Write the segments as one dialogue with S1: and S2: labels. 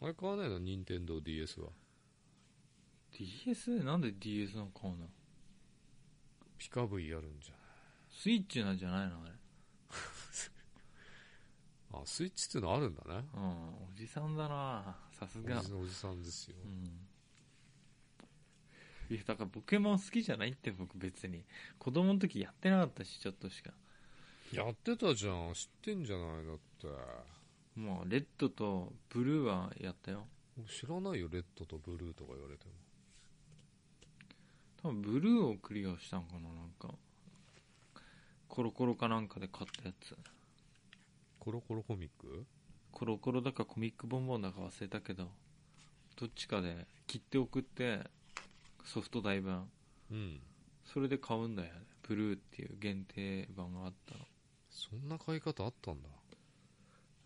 S1: あれ買わないの任天堂 d s は
S2: DS? なんで DS なんか買うの
S1: ピカ V やるんじゃ
S2: スイッチなんじゃないのあれ。
S1: ないあスイッチっていうのあるんだね
S2: うん。おじさんだなさす
S1: お
S2: が。
S1: じおじさんですよ、
S2: うん。いや、だからポケモン好きじゃないって僕別に。子供の時やってなかったし、ちょっとしか。
S1: やってたじゃん知ってんじゃないだって
S2: もう、レッドとブルーはやったよ。
S1: 知らないよレッドとブルーとか言われても
S2: 多分ブルーをクリアしたんかな、なんか。コロコロかなんかで買ったやつ。
S1: コロコロコミック
S2: コロコロだかコミックボンボンだか忘れたけど、どっちかで切って送って、ソフト代版。
S1: うん
S2: それで買うんだよね。ブルーっていう限定版があったの。
S1: そんな買い方あったんだ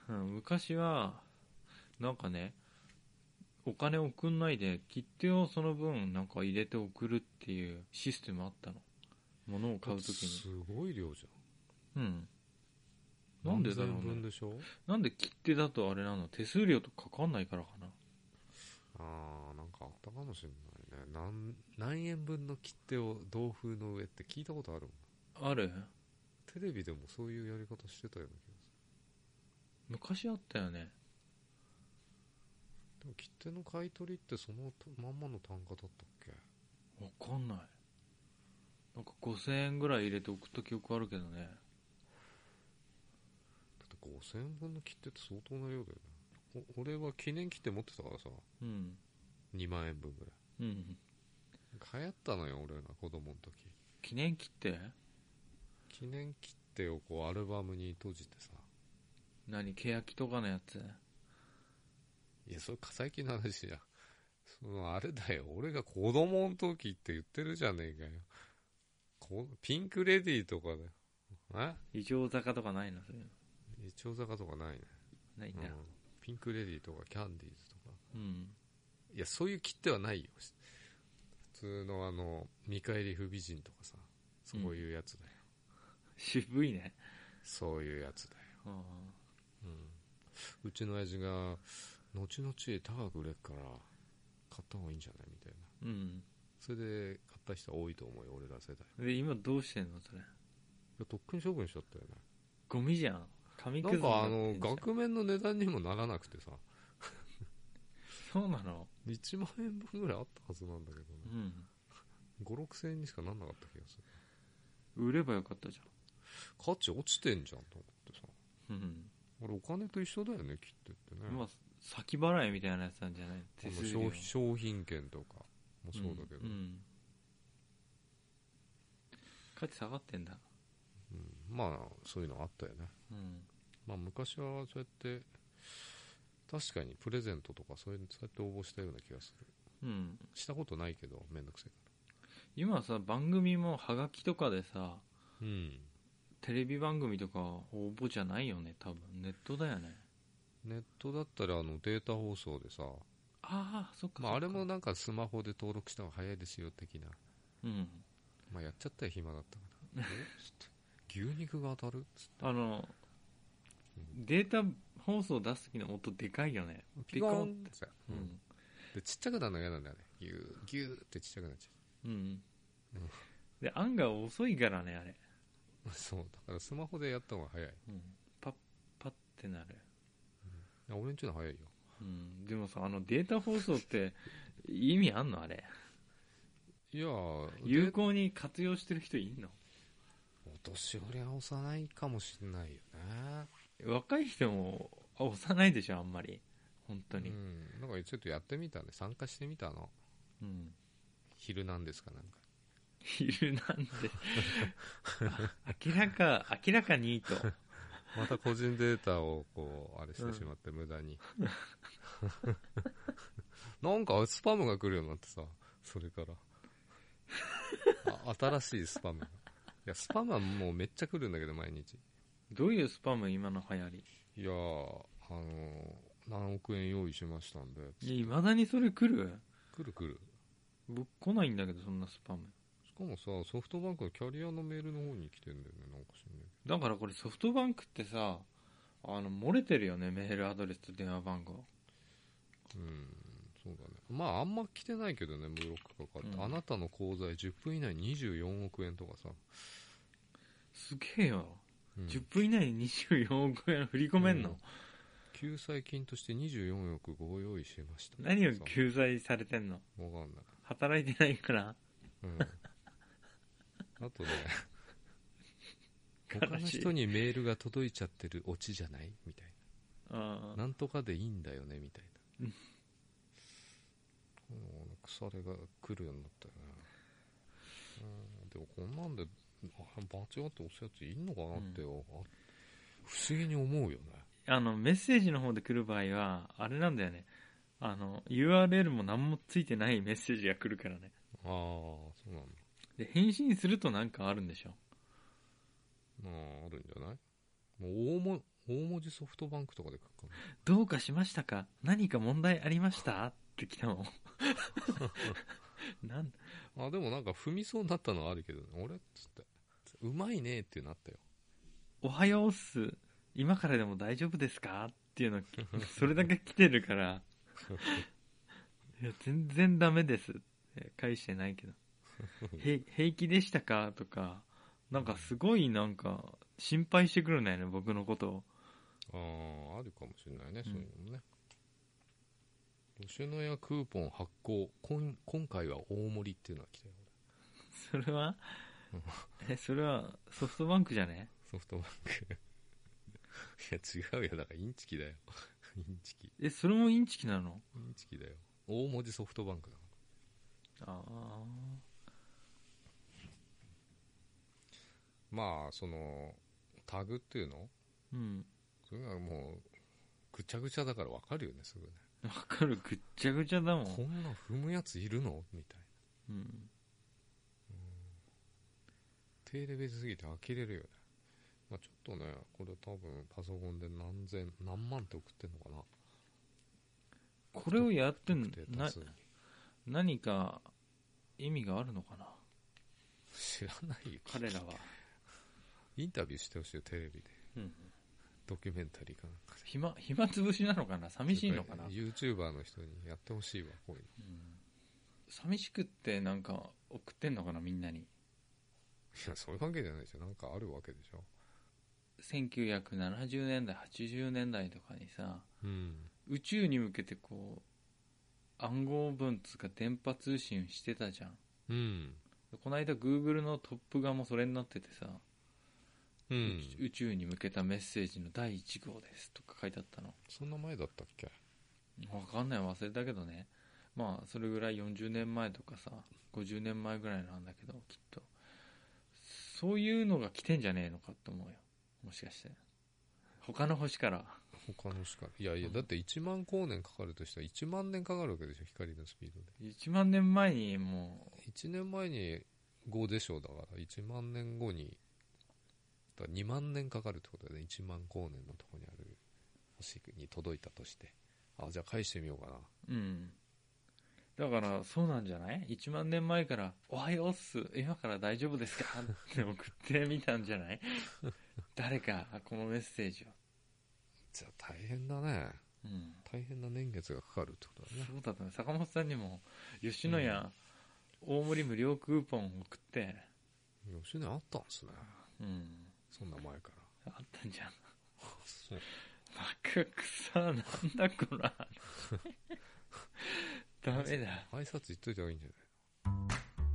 S2: うん、昔は、なんかね、お金送んないで、切手をその分なんか入れて送るっていうシステムあったの。物を買うときに。
S1: すごい量じ
S2: うん。
S1: ゃん
S2: なんでだろうね
S1: 何千分でしょ
S2: なんで切手だとあれなの手数料とかかかんないからかな。
S1: ああなんかあったかもしれないね何何円分の切手を同封の上って聞いたことあるもん
S2: ある
S1: テレビでもそういうやり方してたような気が
S2: 昔あったよね。
S1: するでも切手の買い取りってそのまんまの単価だったっけ
S2: わかんない。なんか5000円ぐらい入れて送った記憶あるけどね。
S1: だって5000円分の切手って相当な量だよねお俺は記念切手持ってたからさ
S2: うん。
S1: 2万円分ぐらい
S2: うん。
S1: 流行ったのよ俺が子供の時
S2: 記念切手
S1: 記念切手をこうアルバムに閉じてさ
S2: 何欅とかのやつ
S1: いやそれ最近の話じゃんそのあれだよ俺が子供の時って言ってるじゃねえかよこピンクレディーとかだよえ
S2: 異常坂とかないのそういうの。
S1: 一丁坂とかないね、
S2: ない
S1: う
S2: んだ
S1: ん。ピンクレディーとかキャンディーズとか
S2: うん。
S1: いやそういう切手はないよ普通のあの見返り不美人とかさそういうやつだよ、
S2: 渋いね。
S1: そういうやつだよ
S2: うん。
S1: うんうちの親父が後々高く売れっから買った方がいいんじゃないみたいな
S2: うん。
S1: それで買った人は多いと思うよ俺ら世代い
S2: で、今どうしてんのそれ。
S1: やとっくに処分しちゃったよね
S2: ゴミじゃん。紙く
S1: な
S2: ず
S1: んかあの
S2: になってんじゃん
S1: 額面の値段にもならなくてさ
S2: そうなの
S1: 1万円分ぐらいあったはずなんだけどね
S2: う
S1: 56000円にしかなんなかった気がする
S2: ん。売ればよかったじ
S1: 価値落ちてんじゃんと思ってさ
S2: ゃん。うん。
S1: 俺お金と一緒だよね切手ってね
S2: 今、先払いみたいなやつなんじゃない
S1: こ
S2: 手
S1: の
S2: 数料
S1: 商品商品券とかもそうだけど、
S2: んん価値下がってんだ。
S1: うんまあそういうのあったよね
S2: うん。
S1: まあ昔はそうやって確かにプレゼントとかそういうそうやって応募したような気がする
S2: うん。
S1: したことないけどめんどくせえか
S2: 今さ、番組もハガキとかでさ、
S1: らうん
S2: テレビ番組とか応募じゃないよね、多分。ネットだよね。
S1: ネットだったらあのデータ放送でさ、
S2: ああ、そっかそっか。
S1: まあ、あれもなんかスマホで登録した方が早いですよ的な、
S2: うん。
S1: まあ、やっちゃったよ暇だったからおつって牛肉が当たるつって
S2: あの、データ放送出す時の音でかいよね。
S1: ピコンってさ、
S2: う
S1: うん
S2: ん。
S1: でちっちゃくなるの嫌なんだよねギューギューってちっちゃくなっちゃ
S2: うん
S1: うん。
S2: で、案外遅いからね、あれ。
S1: う そうだからスマホでやった方が早い
S2: うん。パッ、パッってなる。
S1: あ俺んちの早いよ
S2: うん。でもさ、あのデータ放送って意味あんのあれ。
S1: いやー
S2: 有効に活用してる人いんの
S1: お年寄りは幼いかもしれないよね。
S2: 若い人も、あ、幼いでしょ、あんまり。本当
S1: う
S2: に。
S1: ん。なんかちょっとやってみたね。参加してみたの。
S2: うん。
S1: 昼なんですかなんか。
S2: 昼なんで。あ明らか、明らかにいいと。
S1: また個人データをこう、あれしてしまって無駄に。 なんかスパムが来るようになってさ、それから。あ新しいスパムが。いや、スパムはもうめっちゃ来るんだけど、毎日。
S2: どういうスパム今の流行り
S1: いやー、あのー何億円用意しましたんで。
S2: いまだにそれ来る
S1: 来る来る。
S2: 僕来ないんだけどそんなスパム
S1: しかもさ、ソフトバンクのキャリアのメールの方に来てんだよね、なんかしんないけど。
S2: だからこれソフトバンクってさあの漏れてるよねメールアドレスと電話番号
S1: うまああんま来てないけどねブロックかかって、
S2: うん
S1: あなたの口座へ10分以内に24億円とかさ、
S2: すげえよ、
S1: うん
S2: 10分以内に24億円振り込めんの、
S1: 救済金として24億ご用意しました
S2: 何を
S1: さ
S2: 救済されてんの
S1: わかんない
S2: 働いてないから
S1: うん、あとね他の人にメールが届いちゃってるオチじゃないみたい
S2: あ
S1: な
S2: あ
S1: なんとかでいいんだよねみたいな
S2: う
S1: もう腐れが来るようになったよねうんでもこんなんであ間違って押すやついんのかなって、あ不思議に思うよね
S2: あのメッセージの方で来る場合はあれなんだよねあの URL も何もついてないメッセージが来るからね
S1: ああそうなんだ
S2: で返信するとなんかあるんでしょ
S1: あああるんじゃないもう大も大文字ソフトバンクとかで書くかな
S2: どうかしましたか何か問題ありましたって来たのなん
S1: あでもなんか踏みそうになったのはあるけどね俺っつってうまいねってなったよ
S2: おはようっす今からでも大丈夫ですかっていうのそれだけ来てる からいや全然ダメですって返してないけどへ平気でしたかとかなんかすごいなんか心配してくるんだよね僕のことを
S1: あああるかもしれないねそういうのもね、吉野家クーポン発行こん今回は大盛りっていうのが来たよ
S2: それは
S1: うん
S2: えそれはソフトバンクじゃね
S1: ソフトバン クいや違うよだからインチキだよ インチキイ
S2: えそれもインチキなの
S1: ンチキだよ大文字ソフトバンクだから
S2: あ
S1: まあそのタグっていうの
S2: あうん
S1: それがもうぐちゃぐちゃだから分かるよねすぐね、
S2: わかるぐっちゃぐちゃだもん
S1: こんな踏むやついるのみたいな
S2: うん
S1: 低レベルすぎて呆れるよね、まあ、ちょっとねこれ多分パソコンで何千何万って送ってんのかな
S2: これをやってん
S1: 特定多
S2: な
S1: 数に
S2: 何か意味があるのかな
S1: 知らないよ
S2: 彼らは、
S1: インタビューしてほしいよテレビでドキュメンタリーかなんかで
S2: 暇暇つぶしなのかな寂しいのかな、
S1: YouTuber の人にやってほしいわこういう
S2: うん寂しくってなんか送ってんのかなみんなに
S1: のいやそういうわけじゃないでしょなんかあるわけでしょ
S2: 1970年代80年代とかにさ
S1: うん
S2: 宇宙に向けてこう暗号文つうか電波通信してたじゃん
S1: うん
S2: でこの間 Google のトップ画もそれになっててさ、
S1: うん
S2: 宇宙に向けたメッセージの第1号ですとか書いてあったの
S1: そんな前だったっけ
S2: わかんない忘れたけどねまあそれぐらい40年前とかさ50年前ぐらいなんだけどきっとそういうのが来てんじゃねえのかと思うよもしかして他の星から
S1: 他のしかいやいやだって1万光年かかるとしたら1万年かかるわけでしょ光のスピードで
S2: 1万年前にも
S1: 1年前に5でしょうだから1万年後にだ2万年かかるってことだよね1万光年のとこにある星に届いたとしてあじゃあ返してみようかな
S2: ううんだからそうなんじゃない ?1 万年前から「おはようっす今から大丈夫ですか?」って送ってみたんじゃない誰かこのメッセージを、
S1: じゃあ大変だね
S2: うん、
S1: 大変な年月がかかるってことだね
S2: そうだったね坂本さんにも吉野家大盛り無料クーポン送って、
S1: 吉野家あったんですね
S2: うん、
S1: そんな前から
S2: あったんじゃん
S1: そう
S2: バカくさなんだこ らダメだ
S1: 挨拶言っといた方がいいんじゃない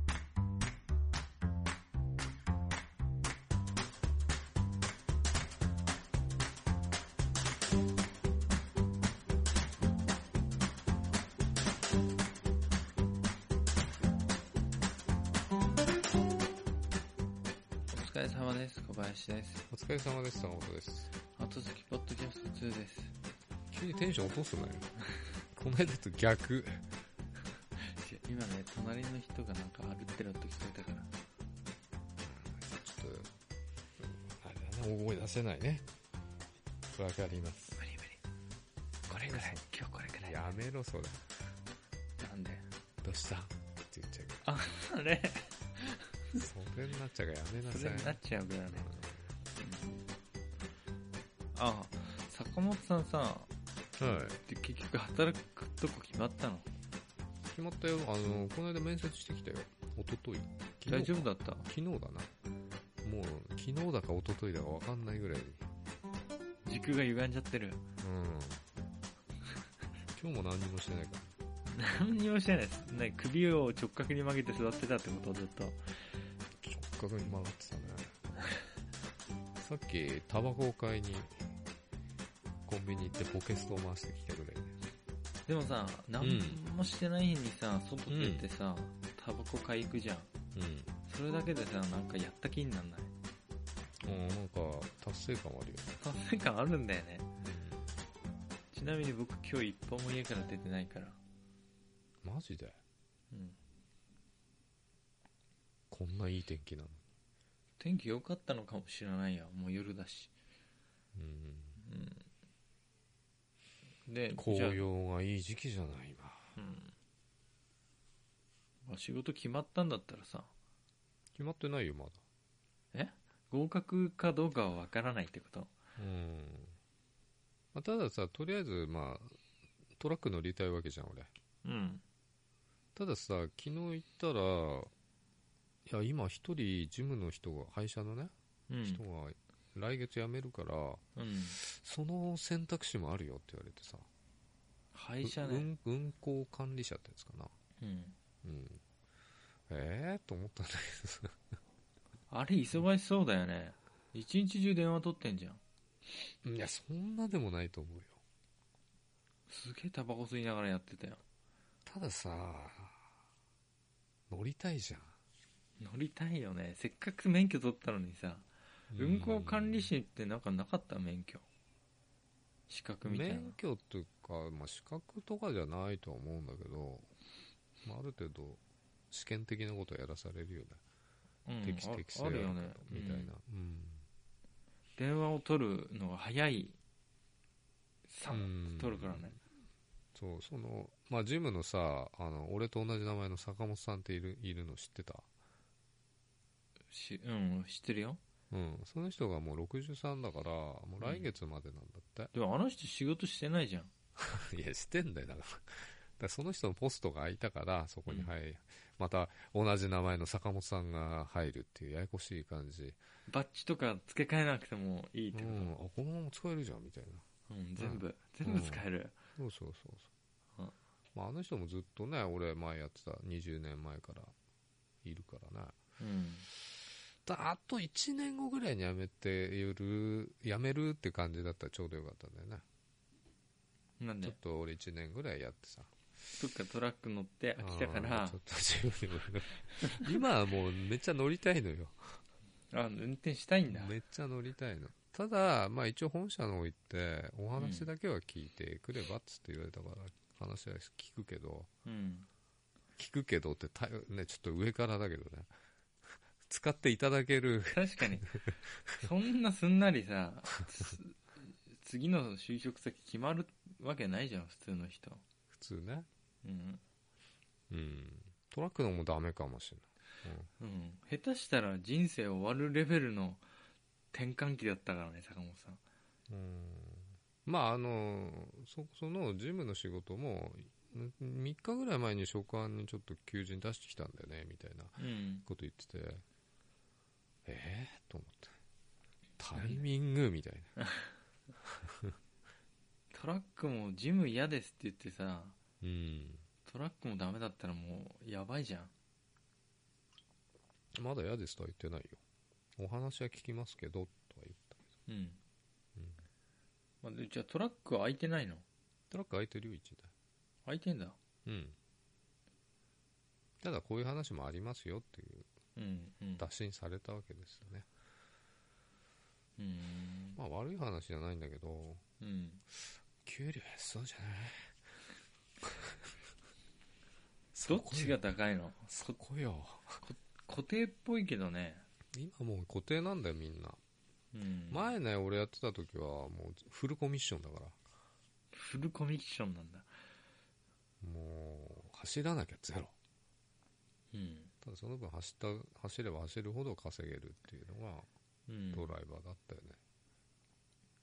S2: お疲れ様です小林です
S1: お疲れ様です坂本です
S2: 後付きポッドキャスト2です
S1: 急にテンション落とすなよこの間と逆
S2: いや今ね隣の人がなんか歩ってる音聞こえたから
S1: ちょっと、あれだな、思い出せないね。わかります。
S2: 無理無理これぐらい今日これぐらい
S1: やめろ、それ。
S2: なんで
S1: どうしたって言っちゃう
S2: あれ
S1: けど。それになっちゃうからやめな
S2: そ
S1: さ
S2: れにないっ。ちゃうからねああ坂本さんさ
S1: はい。
S2: で結局働くとこ決まったの
S1: 決まったよ。あの、この間面接してきたよ。一昨日昨
S2: 大
S1: 日
S2: 丈夫だった
S1: 昨日だな。もう、昨日だか一昨日だかわかんないぐらいに。
S2: 軸が歪んじゃってる
S1: うん。今日も何にもしてないから。
S2: 何にもしてないですね首を直角に曲げて座ってたってことずっと
S1: 直角に曲がってたね。さっき、タバコを買いに、コンビニ行ってポケストを回してきたぐらいね。
S2: でもさ何もしてない日にさ外出てさ、タバコ買い行くじゃん
S1: うん。
S2: それだけでさなんかやった気になんない
S1: うん、なんか、達成感はあるよね。
S2: 達成感あるんだよねちなみに僕今日一歩も家から出てないから
S1: マジで
S2: うん
S1: こんないい天気なの。
S2: 天気良かったのかもしれないやもう夜だし
S1: うん。
S2: うんでじゃあ
S1: 紅葉がいい時期じゃない、今。
S2: うんまあ仕事決まったんだったらさ
S1: 決まってないよ、まだ。
S2: 合格かどうかは分からないってこと
S1: うん。まあ、たださ、とりあえず、まあ、トラック乗りたいわけじゃん、俺。
S2: うん
S1: たださ、昨日行ったら、いや、今一人、ジムの人が、会社のね、
S2: うん
S1: 人が、来月辞めるから、
S2: うん
S1: その選択肢もあるよって言われてさ。
S2: 廃車
S1: う
S2: ね
S1: 運運行管理者ってやつかな。
S2: うん
S1: うん。えーと思ったんだけどさ。
S2: あれ忙しそうだよね一日中電話取ってんじゃん
S1: いや、そんなでもないと思うよ。
S2: すげえタバコ吸いながらやってたよ
S1: たださ、乗りたいじゃん。
S2: 乗りたいよねせっかく免許取ったのにさ運行管理
S1: 者
S2: 士ってなんかなかった免許資格みたいな
S1: 免許っていうか、まあ、資格とかじゃないとは思うんだけど、まあ、ある程度試験的なことはやらされるよね、
S2: うん
S1: 適
S2: あ
S1: 適性
S2: あ
S1: が
S2: るよ
S1: ある
S2: ね
S1: かみたいな、うん
S2: 電話を取るのが早いさ、
S1: うん
S2: 取るからね
S1: そうそのまあジムのさあの俺と同じ名前の坂本さんっているいるの知ってた
S2: しうん知ってるよ
S1: うんその人がもう63だからもう来月までなんだって、
S2: でもあの人仕事してないじゃん
S1: いやしてんだよだから だからその人のポストが空いたからそこに入り、また同じ名前の坂本さんが入るっていうややこしい感じ
S2: バッジとか付け替えなくてもいいっ
S1: う
S2: てこ
S1: ん、あこのまま使えるじゃんみたいな
S2: と、うん全部、全部使える、
S1: そうそうそうそう、
S2: うん
S1: まあ、あの人もずっとね俺前やってた20年前からいるからね
S2: うん、
S1: だあと1年後ぐらいに辞めてる辞めるって感じだったらちょうどよかったんだよね
S2: なん
S1: ちょっ
S2: で
S1: と俺1年ぐらいやってさ
S2: そっかトラック乗って飽きたか
S1: あー
S2: ら
S1: ちょっと自分でも 今はもうめっちゃ乗りたいのよ
S2: あ運転したいんだ、
S1: めっちゃ乗りたいのただまあ一応本社の方行ってお話だけは聞いてくればっつって言われたから話は聞くけど、
S2: うん、
S1: 聞くけどってた、ね、ちょっと上からだけどね。 使っていただける。
S2: 確かにそんなすんなりさつ次の就職先決まるわけないじゃん普通の人、
S1: 普通ね。
S2: うん
S1: うん。トラックのもダメかもしれ
S2: うん、下手したら人生終わるレベルの転換期だったからね坂本さん
S1: ない。うん。まあ、あの、そ、そのジムの仕事も、3日ぐらい前に所管にちょっと求人出してきたんだよね、みたいな
S2: うん
S1: こと言ってて、えー、と思って。タイミングみたい
S2: トラックもジム嫌ですって言ってさ
S1: な。うん。
S2: トラックもダメだったらもうやばいじゃん
S1: まだ嫌ですとは言ってないよ。お話は聞きますけど、とは言った。
S2: うん、
S1: うん
S2: まあ、でじゃあトラックは空いてないの
S1: トラック空いてるよ、一台。
S2: 空いてんだ
S1: うん。ただこういう話もありますよっていう
S2: うんうん
S1: 打診されたわけですよね。
S2: うん
S1: まあ悪い話じゃないんだけど、
S2: うん
S1: 給料安そうじゃない
S2: どっちが高いの
S1: そこよ。
S2: 固定っぽいけどね、
S1: 今もう固定なんだよみんな。
S2: うん、
S1: 前ね、俺やってた時はもうフルコミッションだから、
S2: フルコミッションなんだ
S1: もう走らなきゃゼロ。
S2: うん
S1: ただその分走った、走れば走るほど稼げるっていうのが
S2: うん
S1: ドライバーだったよね。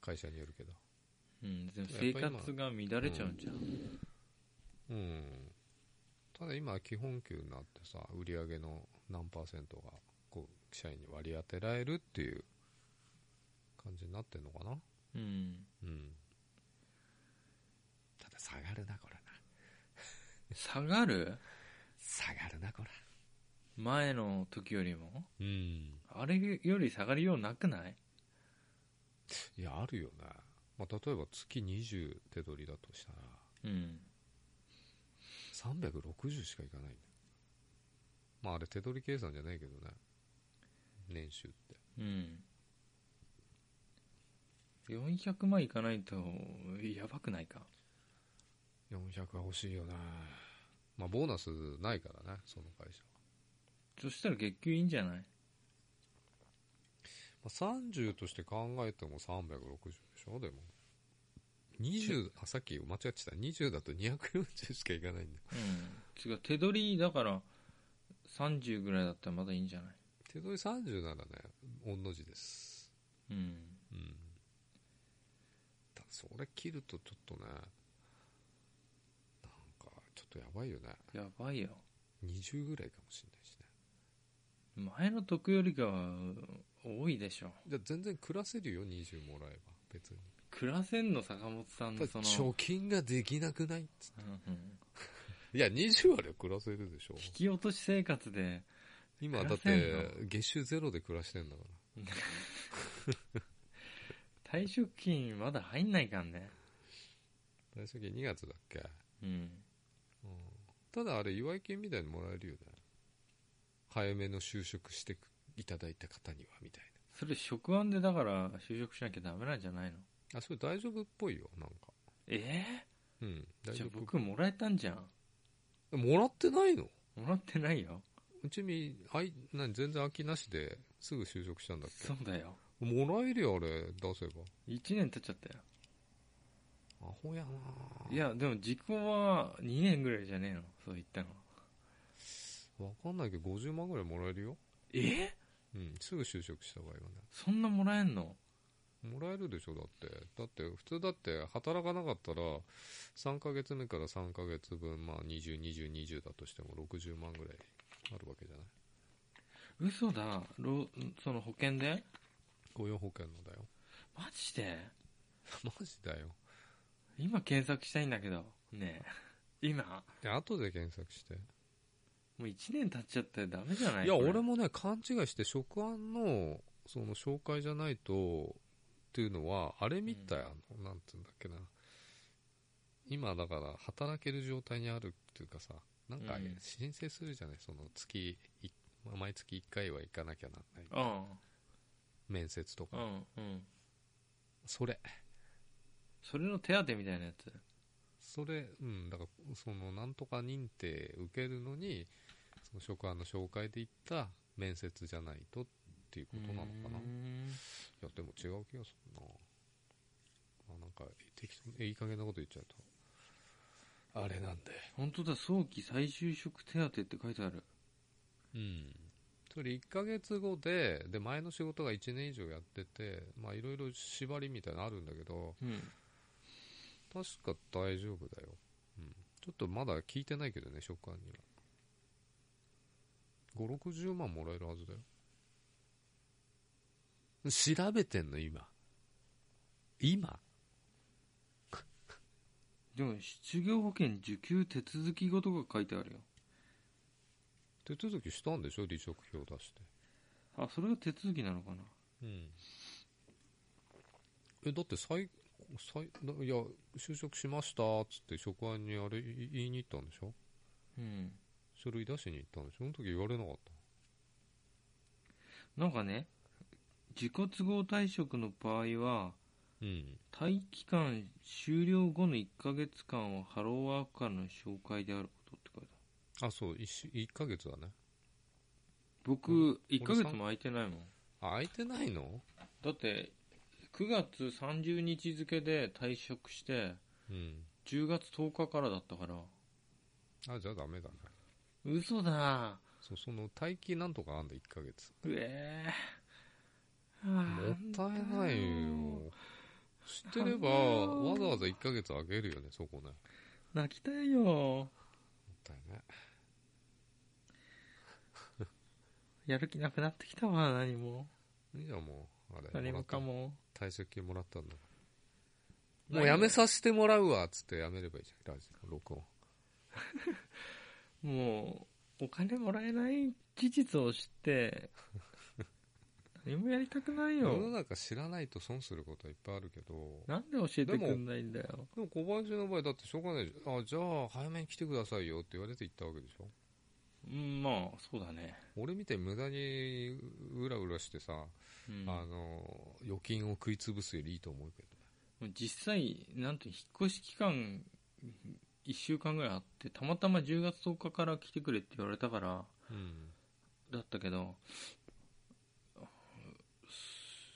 S1: 会社によるけど。
S2: うん、でも生活が乱れちゃうんじゃん、
S1: うん。ただ今は基本給になってさ売り上げの何パーセントがこう社員に割り当てられるっていう感じになってんのかな
S2: うん
S1: うんただ下がるなこれな
S2: 下がる
S1: 下がるなこれ
S2: 前の時よりも
S1: うん
S2: あれより下がるようなくない
S1: いやあるよね、まあ、例えば月20手取りだとしたら
S2: うん
S1: 360しかいかないんだよまああれ手取り計算じゃないけどね年収って
S2: うん400万いかないとやばくないか
S1: 400は欲しいよねまあボーナスないからねその会社
S2: そしたら月給いいんじゃな
S1: は、
S2: い
S1: まあ、30として考えても360でしょでも20あさっき間違ってた20だと240しかいかないんだよ
S2: うん違う手取りだから30ぐらいだったらまだいいんじゃない
S1: 手取り30ならね御の字です
S2: うん
S1: うんただそれ切るとちょっとねなんかちょっとやばいよね
S2: やばいよ
S1: 20ぐらいかもしれないしね
S2: 前の得よりかは多いでしょ
S1: じゃあ全然暮らせるよ20もらえば別に
S2: 暮らせんの坂本さん
S1: た
S2: の
S1: だ
S2: その
S1: 貯金ができなくないっつっ
S2: うんうん
S1: ていや20あれば暮らせるでしょ
S2: 引き落とし生活で
S1: 今だっ
S2: 暮らせん
S1: て月収ゼロで暮らしてんだか
S2: 退職金まだ入んないかんね
S1: ら大体2月だっけ、
S2: うん
S1: うん、ただあれ祝い金みたいにもらえるよね早めの就職してくいただいた方にはみたい
S2: それ職安でだから就職しなきゃダメなんじゃないの
S1: なあそれ大丈夫っぽいよなんか
S2: え
S1: うん
S2: え
S1: 大
S2: じ
S1: 丈
S2: ゃあ
S1: 夫
S2: 僕もらえたんじゃん
S1: もらってないの
S2: もらってないよ
S1: うちみあい何全然空きなしですぐ就職したんだっけ
S2: そうだよ
S1: もらえるよあれ出せば
S2: 1年経っちゃったよ
S1: アホやない
S2: やでも時効は2年ぐらいじゃねえのそう言ったの
S1: わかんないけど50万ぐらいもらえるよ
S2: え
S1: うんすぐ就職した場合はね
S2: そんなもらえんの
S1: もらえるでしょだってだって普通だって働かなかったら3ヶ月目から3ヶ月分まあ202020だとしても60万ぐらいあるわけじゃない
S2: 嘘だろその保険で
S1: 雇用保険のだよ
S2: マジで
S1: マジだよ
S2: 今検索したいんだけどねえ今
S1: で後で検索して
S2: もう1年経っちゃったらダメじゃない
S1: いや、
S2: これ
S1: 俺もね、勘違いして、食案の、その、紹介じゃないと、っていうのは、あれみたい、あの、なんていうんだっけな。今、だから、働ける状態にあるっていうかさ、なんか
S2: うん、
S1: 申請するじゃない、その、月い、毎月1回は行かなきゃなんない。面接と
S2: う
S1: か。
S2: んうんうん
S1: それ。
S2: それの手当てみたいなやつ
S1: それ、うん、だから、その、なんとか認定受けるのに、その、食案の紹介で行った面接じゃないと、っていうことなのかな
S2: うー。ん
S1: いやでも違う気がするなあなんか適当にいい加減なこと言っちゃうとあれなんで
S2: 本当だ早期再就職手当って書いてある
S1: うんそれ1ヶ月後でで前の仕事が1年以上やっててまあいろいろ縛りみたいなのあるんだけど
S2: うん
S1: 確か大丈夫だよ、うん、ちょっとまだ聞いてないけどね食感には560万もらえるはずだよ調べてんの今今
S2: でも失業保険受給手続きごとが書いてあるよ
S1: 手続きしたんでしょ離職票出して
S2: あそれが手続きなのかな
S1: うんえだって再再ないや就職しましたっつって職安にあれい言いに行ったんでしょ
S2: うん
S1: 書類出しに行ったんでしょその時言われなかった
S2: なんかね自己都合退職の場合は
S1: うん
S2: 待機期間終了後の1ヶ月間はハローワークからの紹介であることって書いてある
S1: あそう 1, 一ヶ月だね
S2: 僕
S1: うん
S2: 1ヶ月も空いてないもん
S1: あ空いてないの
S2: だって9月30日付で退職して
S1: うん
S2: 10月10日からだったから
S1: あじゃあダメだね
S2: 嘘だ
S1: そうその待機なんとかあんだ1ヶ月
S2: うえーも
S1: もったいないよ知ってれば
S2: なんだよ
S1: わざわざ1ヶ月あげるよねそこねもっ
S2: 泣きたいよ
S1: たいね
S2: やる気なくなってきたわ、何も。
S1: いいじゃん、もう。あれ。
S2: 何もか
S1: も
S2: も。
S1: らった。退職金もらったんだから。もうやめさせてもらうわ、つってやめればいいじゃん、ラジオ、録音。
S2: もう、お金もらえない事実を知 って、何もやりたくない
S1: 世の
S2: よ。
S1: 中知らないと損することはいっぱいあるけど、
S2: なんで教えてくんないんだよ。
S1: でも小林の場合だってしょうがないじゃん。あ、じゃあ早めに来てくださいよって言われて行ったわけでしょ。
S2: うん、まあ、そうだね。
S1: 俺みたいに無駄にうらうらしてさ、
S2: うん、
S1: あの、預金を食い潰すよりいいと思うけど。
S2: もう実際、なんて、引っ越し期間、1週間ぐらいあって、たまたま10月10日から来てくれって言われたから、
S1: うん。
S2: だったけど、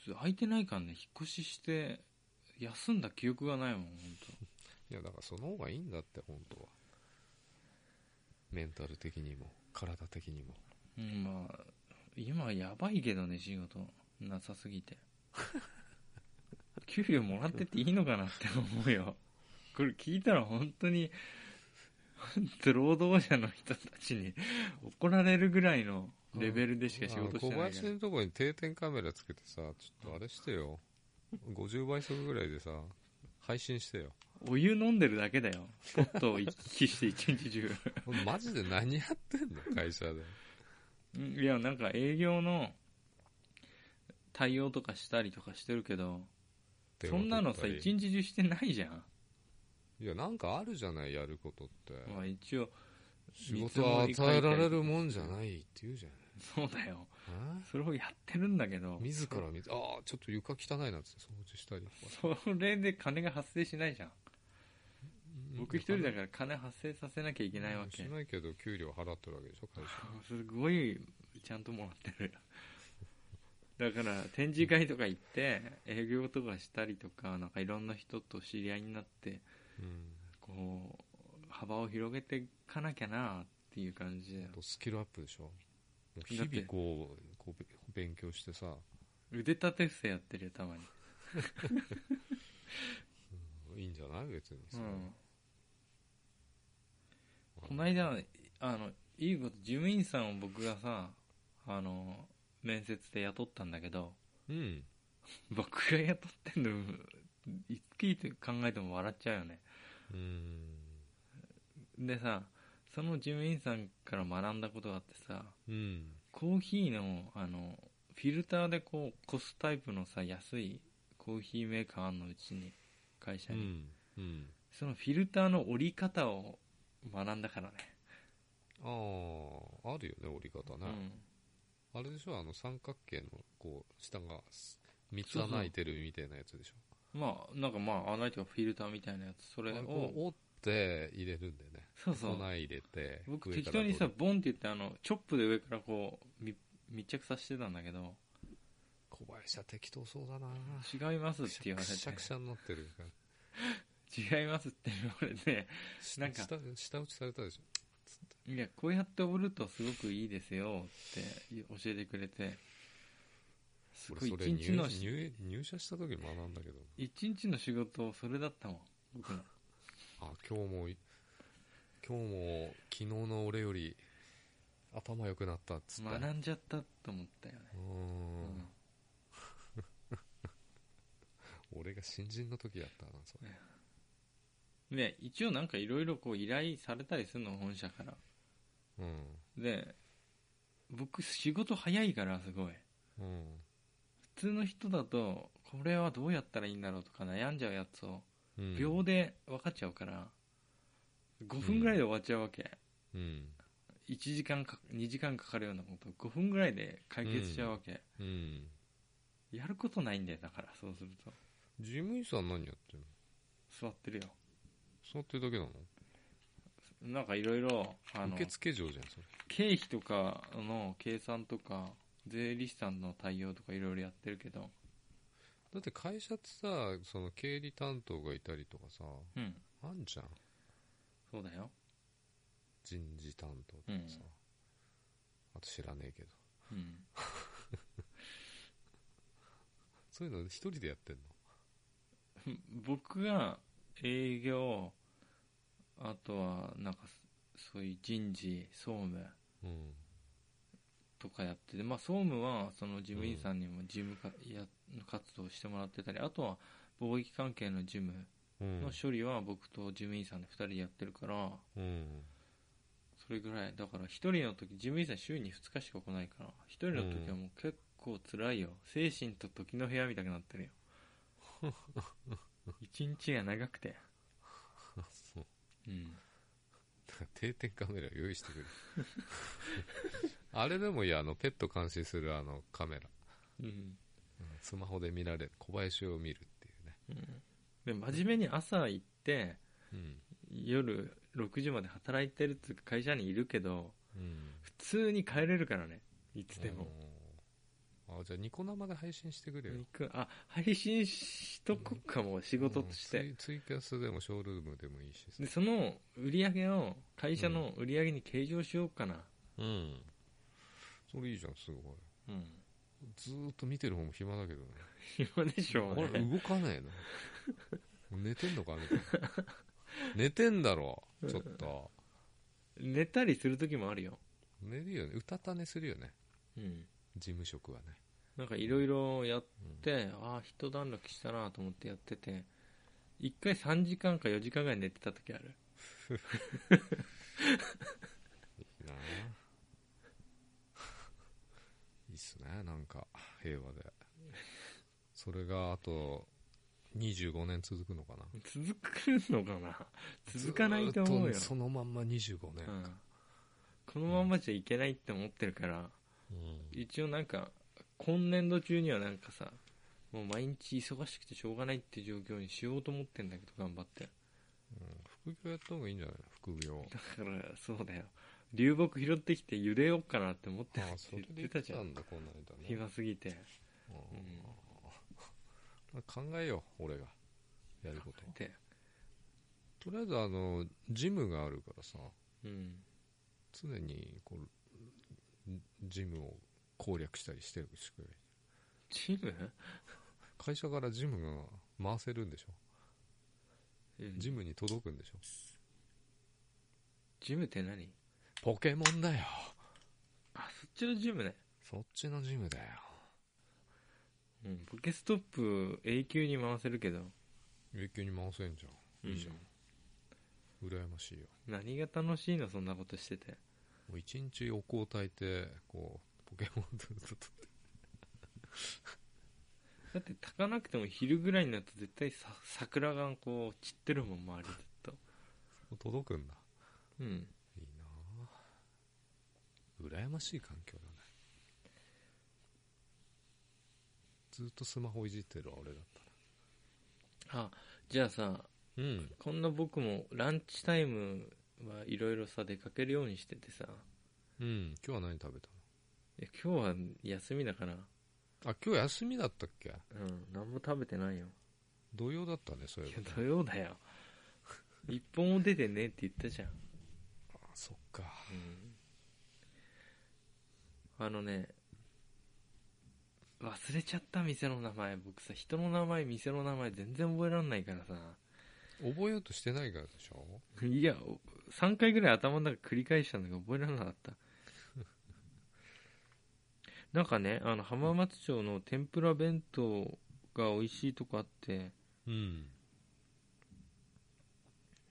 S2: す空いてないからね、引っ越しして、休んだ記憶がないもん、本
S1: いや、だからその方がいいんだって、本当は。メンタル的にも、体的にも。
S2: 当。うん、まあ、今やばいけどね、仕事。なさすぎて。 給料もらってていいのかなって思うよ。これ聞いたら本当に、本当労働者の人たちに怒られるぐらいのレベルでしか仕事して
S1: 小
S2: ないか
S1: 林
S2: ら。
S1: のところに定点カメラつけてさ、ちょっとあれしてよ。50倍速ぐらいでさ、配信してよ。
S2: お湯飲んでるだけだよ。ポットを行き来して一日中。
S1: マジで何やってんの会社で。
S2: うんいやなんか営業の対応とかしたりとかしてるけどそんなのさ
S1: 電話取った
S2: 一
S1: り
S2: 日中してないじゃん、
S1: いや、なんかあるじゃない、やることって。
S2: まあ、一応
S1: 仕事は与えられるもんじゃないって言うじゃ
S2: そうだよ
S1: ない。
S2: それをやってるんだけど
S1: 自ら見て、ああ、ちょっと床汚いなっつって掃除したりとか。
S2: それで金が発生しないじゃん僕一人だ
S1: け
S2: から金発生させなきゃいけないわけ
S1: しないけど、給料払ってるわけでしょ、会社。
S2: すごいちゃんともらってるだから展示会とか行って営業とかしたりとかなんかいろんな人と知り合いになって
S1: うん。
S2: こう幅を広げていかなきゃなっていう感じだよ
S1: あとスキルアップでしょ。もう日
S2: だって
S1: 々こう、こうべ勉強してさ、
S2: 腕立て伏せやってるよたまに
S1: いいんじゃない別に
S2: う
S1: さ。
S2: んこの間あのいいこと事務員さんを僕がさあの面接で雇ったんだけど
S1: うん。
S2: 僕が雇ってんのいつ聞いて考えても笑っちゃうよね
S1: うん。
S2: でさその事務員さんから学んだことがあってさ
S1: うん。
S2: コーヒーのあのフィルターでこうこすタイプのさ安いコーヒーメーカーあんのうちに会社
S1: う
S2: に、
S1: ん。うん。
S2: そのフィルターの折り方を学んだからね、
S1: ああ、あるよね、折り方
S2: う
S1: ね。
S2: ん、
S1: あれでしょあの三角形のこう下が3つ穴開いてるみたいなやつでしょ
S2: まあなんかまあ穴というかフィルターみたいなやつそれ
S1: あれ
S2: を
S1: こう折って入れるんだよね
S2: そうそう
S1: 粉入れて
S2: 僕
S1: 上か
S2: 適
S1: ら
S2: 当にさ
S1: 取る
S2: ボンって言ってあのチョップで上からこうみ密着させてたんだけど
S1: 小林は適当そうだな
S2: 違いますって言わ
S1: く
S2: れて
S1: しゃくしゃになってるから
S2: 違いますって言われてなんか
S1: 下下打ちされたでしょ
S2: いやこうやって折るとすごくいいですよって教えてくれてすご
S1: 俺
S2: い
S1: それ
S2: 一日
S1: 入
S2: のし
S1: 入入社した時に学んだけど
S2: 一日の仕事をそれだったもん僕の
S1: あ今日もい今日も昨日の俺より頭良くなったっつって
S2: 学んじゃったと思ったよね、
S1: う
S2: うん
S1: ん俺が新人の時やったなそれ
S2: で一応なんかいろいろこう依頼されたりするの本社から
S1: うん
S2: で僕仕事早いからすごい
S1: うん
S2: 普通の人だとこれはどうやったらいいんだろうとか悩んじゃうやつを
S1: うん
S2: 秒で分かっちゃうから5分ぐらいで終わっちゃうわけ、
S1: うん
S2: 1時間か2時間かかるようなこと5分ぐらいで解決しちゃうわけ、
S1: うん
S2: やることないんだよだからそうすると
S1: 事務員さん何やってんの
S2: 座ってるよ
S1: 座ってるだけなの
S2: なんかいろいろあの
S1: 受付嬢じゃんそれ
S2: 経費とかの計算とか税理士さんの対応とかいろいろやってるけど
S1: だって会社ってさその経理担当がいたりとかさ
S2: うん
S1: あんじゃん
S2: そうだよ
S1: 人事担当とかさ、
S2: うん
S1: あと知らねえけど
S2: うん
S1: そういうの一人でやってんの
S2: 僕が営業あとはなんかそういう人事総務
S1: うん
S2: とかやってて、まあ、総務はその事務員さんにも事務か、やの活動をしてもらってたり、あとは貿易関係の事務
S1: うん
S2: の処理は僕と事務員さんで2人でやってるから、
S1: うん
S2: それぐらい、だから1人の時事務員さん週に2日しか来ないから、1人の時はもう結構辛いよ、精神と時の部屋みたくなって るよ。一日が長くて。
S1: あそう
S2: うん。
S1: 定点カメラ用意してくれ あれでもいいあのペット監視するあのカメラ、
S2: うん。
S1: うんスマホで見られる小林を見るっていうね
S2: うんで、真面目に朝行って、
S1: うん
S2: 夜6時まで働いてるっていうか会社にいるけど、
S1: うん
S2: 普通に帰れるからね。いつでも。
S1: うんあじゃあニコ生で配信してくれよ
S2: 肉あ、配信しとこっかも、仕事とし
S1: う
S2: て。
S1: んツイツイキャスでもショールームでもいいしさ
S2: で、その売り上げを、会社の売り上げに計上しようかな。
S1: うんそれいいじゃんすごい
S2: うん。
S1: ずーっと見てる方も暇だけどね
S2: 暇でしょう
S1: あれ
S2: ね。
S1: 動かねえの寝てんのかみたいな寝てんだろちょっと
S2: 寝たりする時もあるよ。
S1: 寝るよねうたた寝するよね
S2: うん。
S1: 事務職はね
S2: なんかいろいろやっ
S1: うん
S2: て、ああ、一段落したなと思ってやってて、一回3時間か4時間ぐらい寝てた時ある。
S1: いいなあ いいっすねなんか平和でそれがあと25年続くのかな
S2: 続くのかな続かないと思う
S1: ずー
S2: よ
S1: っ。そのまんま25年
S2: う
S1: か
S2: ん、このまんまじゃいけないって思ってるから、
S1: うん
S2: 一応なんか、今年度中にはなんかさ、もう毎日忙しくてしょうがないっていう状況にしようと思ってんだけど、頑張って。
S1: 副業やった方がいいんじゃない副業
S2: だから、そうだよ。流木拾ってきて茹でようかなって思って
S1: ああそれで言
S2: 言っ
S1: って
S2: たじ
S1: て
S2: ゃ
S1: た
S2: ん。
S1: んだこの間ね
S2: 暇すぎて。
S1: う
S2: うんん
S1: 考えよう俺がやること
S2: で、
S1: とりあえずあのジムがあるからさ
S2: うん。
S1: 常にこうジムを攻略したりしてるしく
S2: チーム
S1: 会社からジムが回せるんでしょ
S2: うん
S1: ジムに届くんでしょ
S2: ジムって何
S1: ポケモンだよ
S2: あ、そっちのジムね。
S1: そっちのジムだよ
S2: うん。ポケストップ永久に回せるけど。
S1: 永久に回せんじゃんいいじゃん、羨ましいよ
S2: 何が楽しいのそんなことしてて。
S1: もう一日お香炊いてこうポケモンずっと
S2: だって炊かなくても昼ぐらいになると絶対さ桜がこう散ってるもん周りずっと
S1: 届くんだ
S2: うん
S1: いいなあ羨ましい環境だねずっとスマホいじってる俺だっ
S2: あじゃあさ
S1: たらうん
S2: こんな僕もランチタイムはいろいろさ出かけるようにしててさ
S1: うん今日は何食べた
S2: いや今日は休みだから
S1: のあ今日休みだったっけ
S2: うん何も食べてないよ
S1: 土曜だったねそう
S2: い
S1: い
S2: や
S1: えば
S2: 土曜だよ一本も出てねえって言ったじゃん、
S1: あそっか
S2: あのね忘れちゃった店の名前僕さ人の名前店の名前全然覚えらんないからさ
S1: 覚えようとしてないからでしょ
S2: いや、お3回ぐらい頭の中繰り返したんだけど覚えられなかった。 なんかね、あの、浜松町の天ぷら弁当が美味しいとこあって、
S1: うん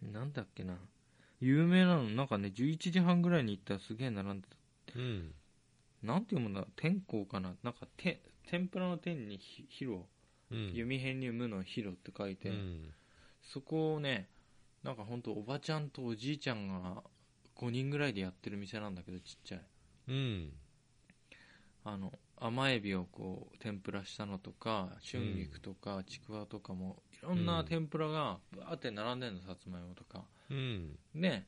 S2: なんだっけな。有名なの、なんかね、11時半ぐらいに行ったらすげえ並んでた。
S1: うん
S2: なんていうもんだ、天候かな。なんか、て、天ぷらの天にひ、ひろ、
S1: うん
S2: 弓辺に無のひろって書いて、
S1: うん
S2: そこをね、なんかほんとおばちゃんとおじいちゃんが5人ぐらいでやってる店なんだけど、ちっちゃい。
S1: うん
S2: あの甘エビをこう天ぷらしたのとか春菊とかちくわとかもいろんな天ぷらがバーって並んでるのさつまいもとか
S1: うん
S2: で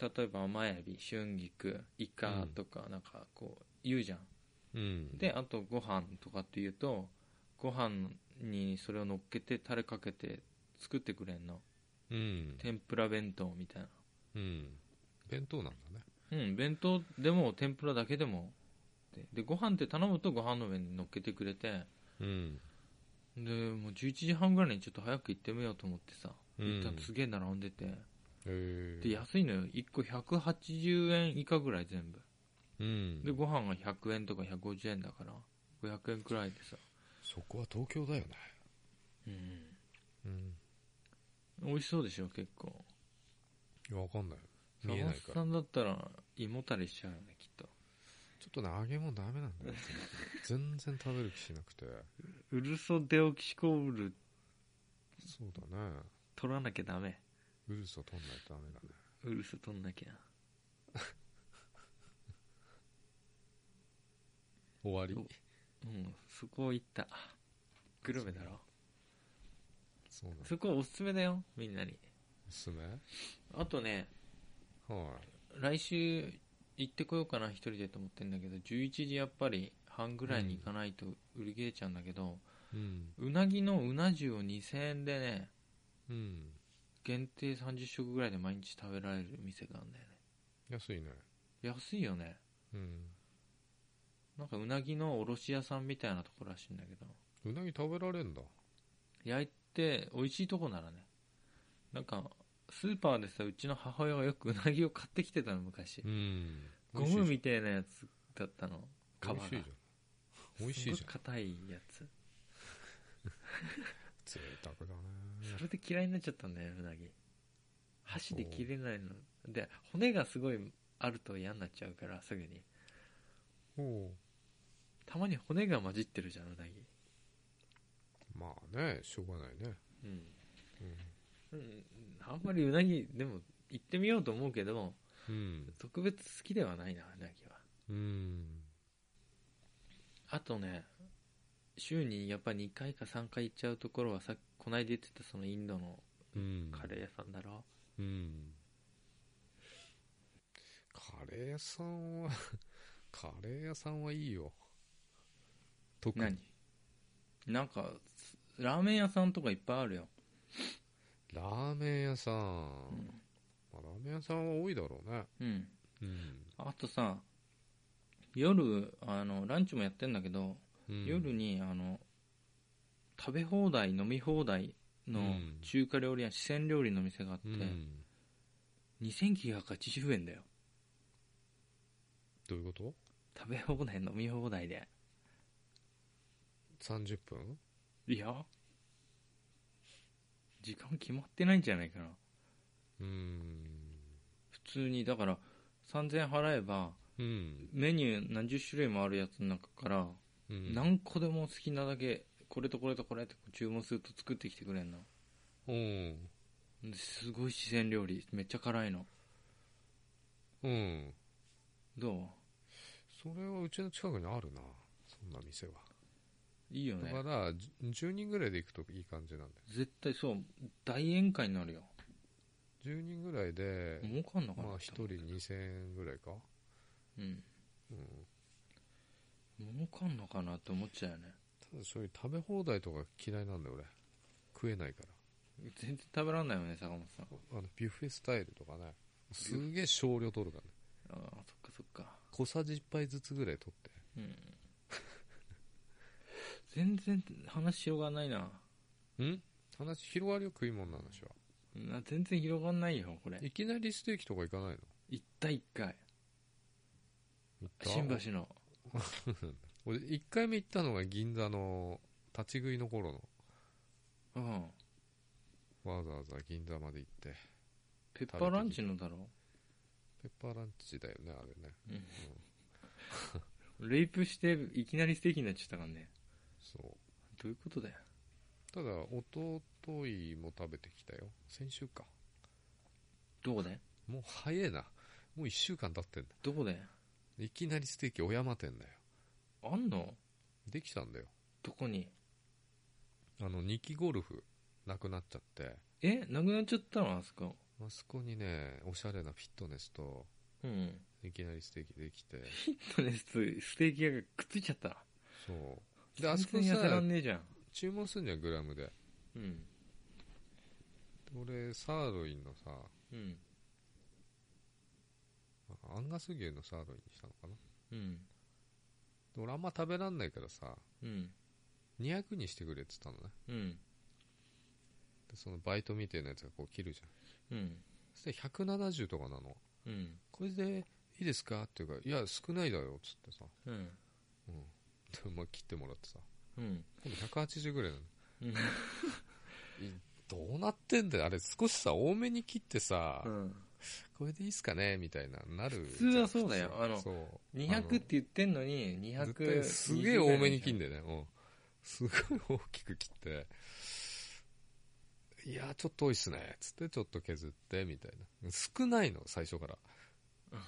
S2: 例えば甘エビ春菊イカとかなんかこう言うじゃん、
S1: うん
S2: であとご飯とかっていうとご飯にそれを乗っけてタレかけて作ってくれんの
S1: うん
S2: 天ぷら弁当みたいな
S1: うん弁当なんだね
S2: うん弁当でも天ぷらだけでもででご飯って頼むとご飯の上に乗っけてくれて
S1: うん
S2: でもう11時半ぐらいにちょっと早く行ってみようと思ってさ、
S1: うん
S2: 行ったらすげえ並んでて
S1: へえ
S2: で安いのよ1個180円以下ぐらい全部
S1: ううん
S2: でご飯が100円とか150円だから500円くらいでさ、
S1: そこは東京だよね
S2: うん、
S1: うん
S2: 美味しそうでしょ結構
S1: いやわかんない見え
S2: 坂
S1: ない
S2: 本
S1: から
S2: さんだったら胃もたれしちゃうよねきっと
S1: ちょっとね揚げ物ダメなんだよ全然食べる気しなくて
S2: ウルソデオキシコール
S1: そうだね
S2: 取らなきゃダメ
S1: ウルスを取んないとダメだね
S2: ウルソ取んなきゃ
S1: 終わり
S2: おうんそこ行ったグルメだろ
S1: そうなんだ
S2: そこはおすすめだよみんなに
S1: おすすめはい
S2: あとね来週行ってこようかな一人でと思ってんだけど11時やっぱり半ぐらいに行かないと売り切れちゃうんだけど、
S1: うん
S2: うなぎのうな重を2000円でね
S1: うん
S2: 限定30食ぐらいで毎日食べられる店があるんだよね
S1: 安いね
S2: 安いよね
S1: うん
S2: なんかうなぎの卸屋さんみたいなとこらしいんだけど
S1: うなぎ食べられんだ
S2: 焼いて美味しいとこならねなんかスーパーでさうちの母親がよくうなぎを買ってきてたの昔
S1: うん
S2: ゴムみたいなやつだったの皮
S1: 美
S2: が
S1: 味しいじゃん美味しいじ
S2: す
S1: ゃん
S2: ごく硬いやつ
S1: 贅沢だ
S2: そ
S1: ね
S2: れで嫌いになっちゃったんだようなぎ箸で切れないので骨がすごいあると嫌になっちゃうからすぐに
S1: おう
S2: たまに骨が混じってるじゃんうなぎ
S1: まあねしょうがないね
S2: う
S1: う
S2: ん、
S1: ん
S2: うん、あんまりうなぎでも行ってみようと思うけど
S1: うん
S2: 特別好きではないなうなぎは
S1: うん
S2: あとね週にやっぱ2回か3回行っちゃうところはさこないで言ってたそのインドの
S1: うん
S2: カレー屋さんだろ、
S1: うんカレー屋さんは カレー屋さんはいいよ特に
S2: 何なんかすラーメン屋さんとかいっぱいあるよ、
S1: ラーメン屋さん、
S2: うん
S1: まあ、ラーメン屋さんは多いだろうね
S2: うん、
S1: うん、
S2: あとさ夜あのランチもやってんだけど、
S1: うん
S2: 夜にあの食べ放題飲み放題の
S1: うん
S2: 中華料理屋、四川料理の店があって、
S1: うん
S2: 2980円だよ
S1: どういうこと
S2: 食べ放題飲み放題で
S1: ?30 分
S2: いや時間決まってないんじゃないかな
S1: うん
S2: 普通にだから3000円払えば
S1: うん、
S2: メニュー何十種類もあるやつの中から
S1: うん、
S2: 何個でも好きなだけこれとこれとこれって注文すると作ってきてくれんの
S1: うん
S2: ですごい四川料理めっちゃ辛いの
S1: うん
S2: ど
S1: それはうちの近くにあるなそんな店は
S2: ういいよ
S1: だ
S2: ね
S1: からじゅ10人ぐらいで行くといい感じなんだよ
S2: 絶対そう大宴会になるよ
S1: 10人ぐらいで
S2: 儲かんのかな
S1: まあ1人2000円ぐらいか
S2: うん
S1: うん
S2: 儲かんのかなって思っちゃうよね
S1: ただそういう食べ放題とか嫌いなんだよ俺食えないから
S2: 全然食べらんないよね坂本さん
S1: あのビュッフェスタイルとかねすげえ少量取るからね
S2: ああそっかそっか
S1: 小さじ1杯ずつぐらい取って
S2: うん全然話広がんないなん
S1: 話広がるよ食い物の話は
S2: な全然広がんないよこれ
S1: いきなりステーキとか行かないの
S2: 行った1回
S1: 行った
S2: 新橋の
S1: 俺1回目行ったのが銀座の立ち食いの頃の
S2: うん
S1: わざわざ銀座まで行って
S2: ペッパーランチのだろ
S1: ペッパーランチだよねあれね
S2: レイプしていきなりステーキになっちゃったからね
S1: そう
S2: どういうことだよ
S1: ただおとといも食べてきたよ先週か
S2: どこで
S1: もう早えなもう1週間経ってんだ
S2: どこで
S1: いきなりステーキ小山店だよ
S2: あんの
S1: できたんだよ
S2: どこに
S1: あの2期ゴルフなくなっちゃって
S2: えなくなっちゃったのあそこ
S1: あそこにねおしゃれなフィットネスと
S2: うん
S1: いきなりステーキできて
S2: フィットネスとステーキ屋がくっついちゃった
S1: そうであそこ
S2: 全然痩せら
S1: さ
S2: んねえじゃん
S1: 注文すんじゃんグラムで
S2: うん
S1: 俺サーロインのさ
S2: うん
S1: アンガス牛のサーロインにしたのかな
S2: うん
S1: で俺あんま食べらんないからさ
S2: うん
S1: 200にしてくれって言ったのね
S2: うん
S1: でそのバイトみたいなやつがこう切るじゃん
S2: うん
S1: そして170とかなの
S2: うん
S1: これでいですかっていうから、いや、少ないだよ、つってさ。
S2: うん
S1: うん。で、まあ、切ってもらってさ。
S2: うん
S1: 今度180ぐらいなの。
S2: うん
S1: どうなってんだよ、あれ、少しさ、多めに切ってさ、
S2: うん
S1: これでいいっすかねみたいな、なる。
S2: 普通はそうだよあの
S1: そう。
S2: 200って言ってんのに
S1: あの
S2: 200
S1: 絶対すげえ多めに切んだよね。うん。すごい大きく切って、いやー、ちょっと多いっすね。つって、ちょっと削って、みたいな。少ないの、最初から。
S2: うん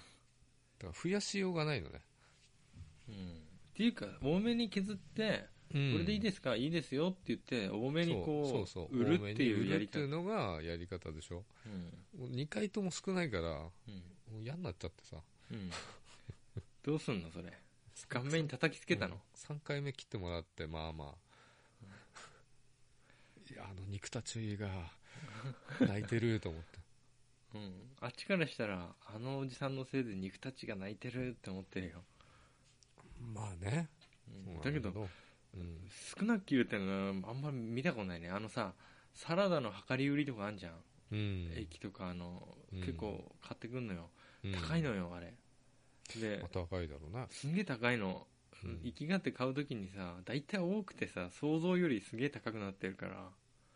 S1: だから増やしようがないのね。
S2: うんっていうか多めに削って
S1: うん
S2: これでいいですかいいですよって言って多めにこ
S1: そうそうそう
S2: 売るっていう
S1: 多めに売
S2: やり方う
S1: るっていうのがやり方でしょ。
S2: ん
S1: もう2回とも少ないから、も
S2: うん
S1: う嫌になっちゃってさ。
S2: うんどうすんのそれ顔面に叩きつけたの
S1: うん、3回目切ってもらってまあまあいやあの肉たちが泣いてると思って
S2: うんあっちからしたらあのおじさんのせいで肉たちが泣いてるって思ってるよ
S1: まあね
S2: うんだけど
S1: うん
S2: 少なく切るってのはあんまり見たことないねあのさサラダの量り売りとかあんじゃん、
S1: うん
S2: 駅とかあの、
S1: うん
S2: 結構買ってくんのよ、
S1: うん
S2: 高いのよあれで
S1: まあ高いだろうな
S2: すんげえ高いの、
S1: うん
S2: 行きがって買う時にさ大体多くてさ想像よりすげえ高くなってるから、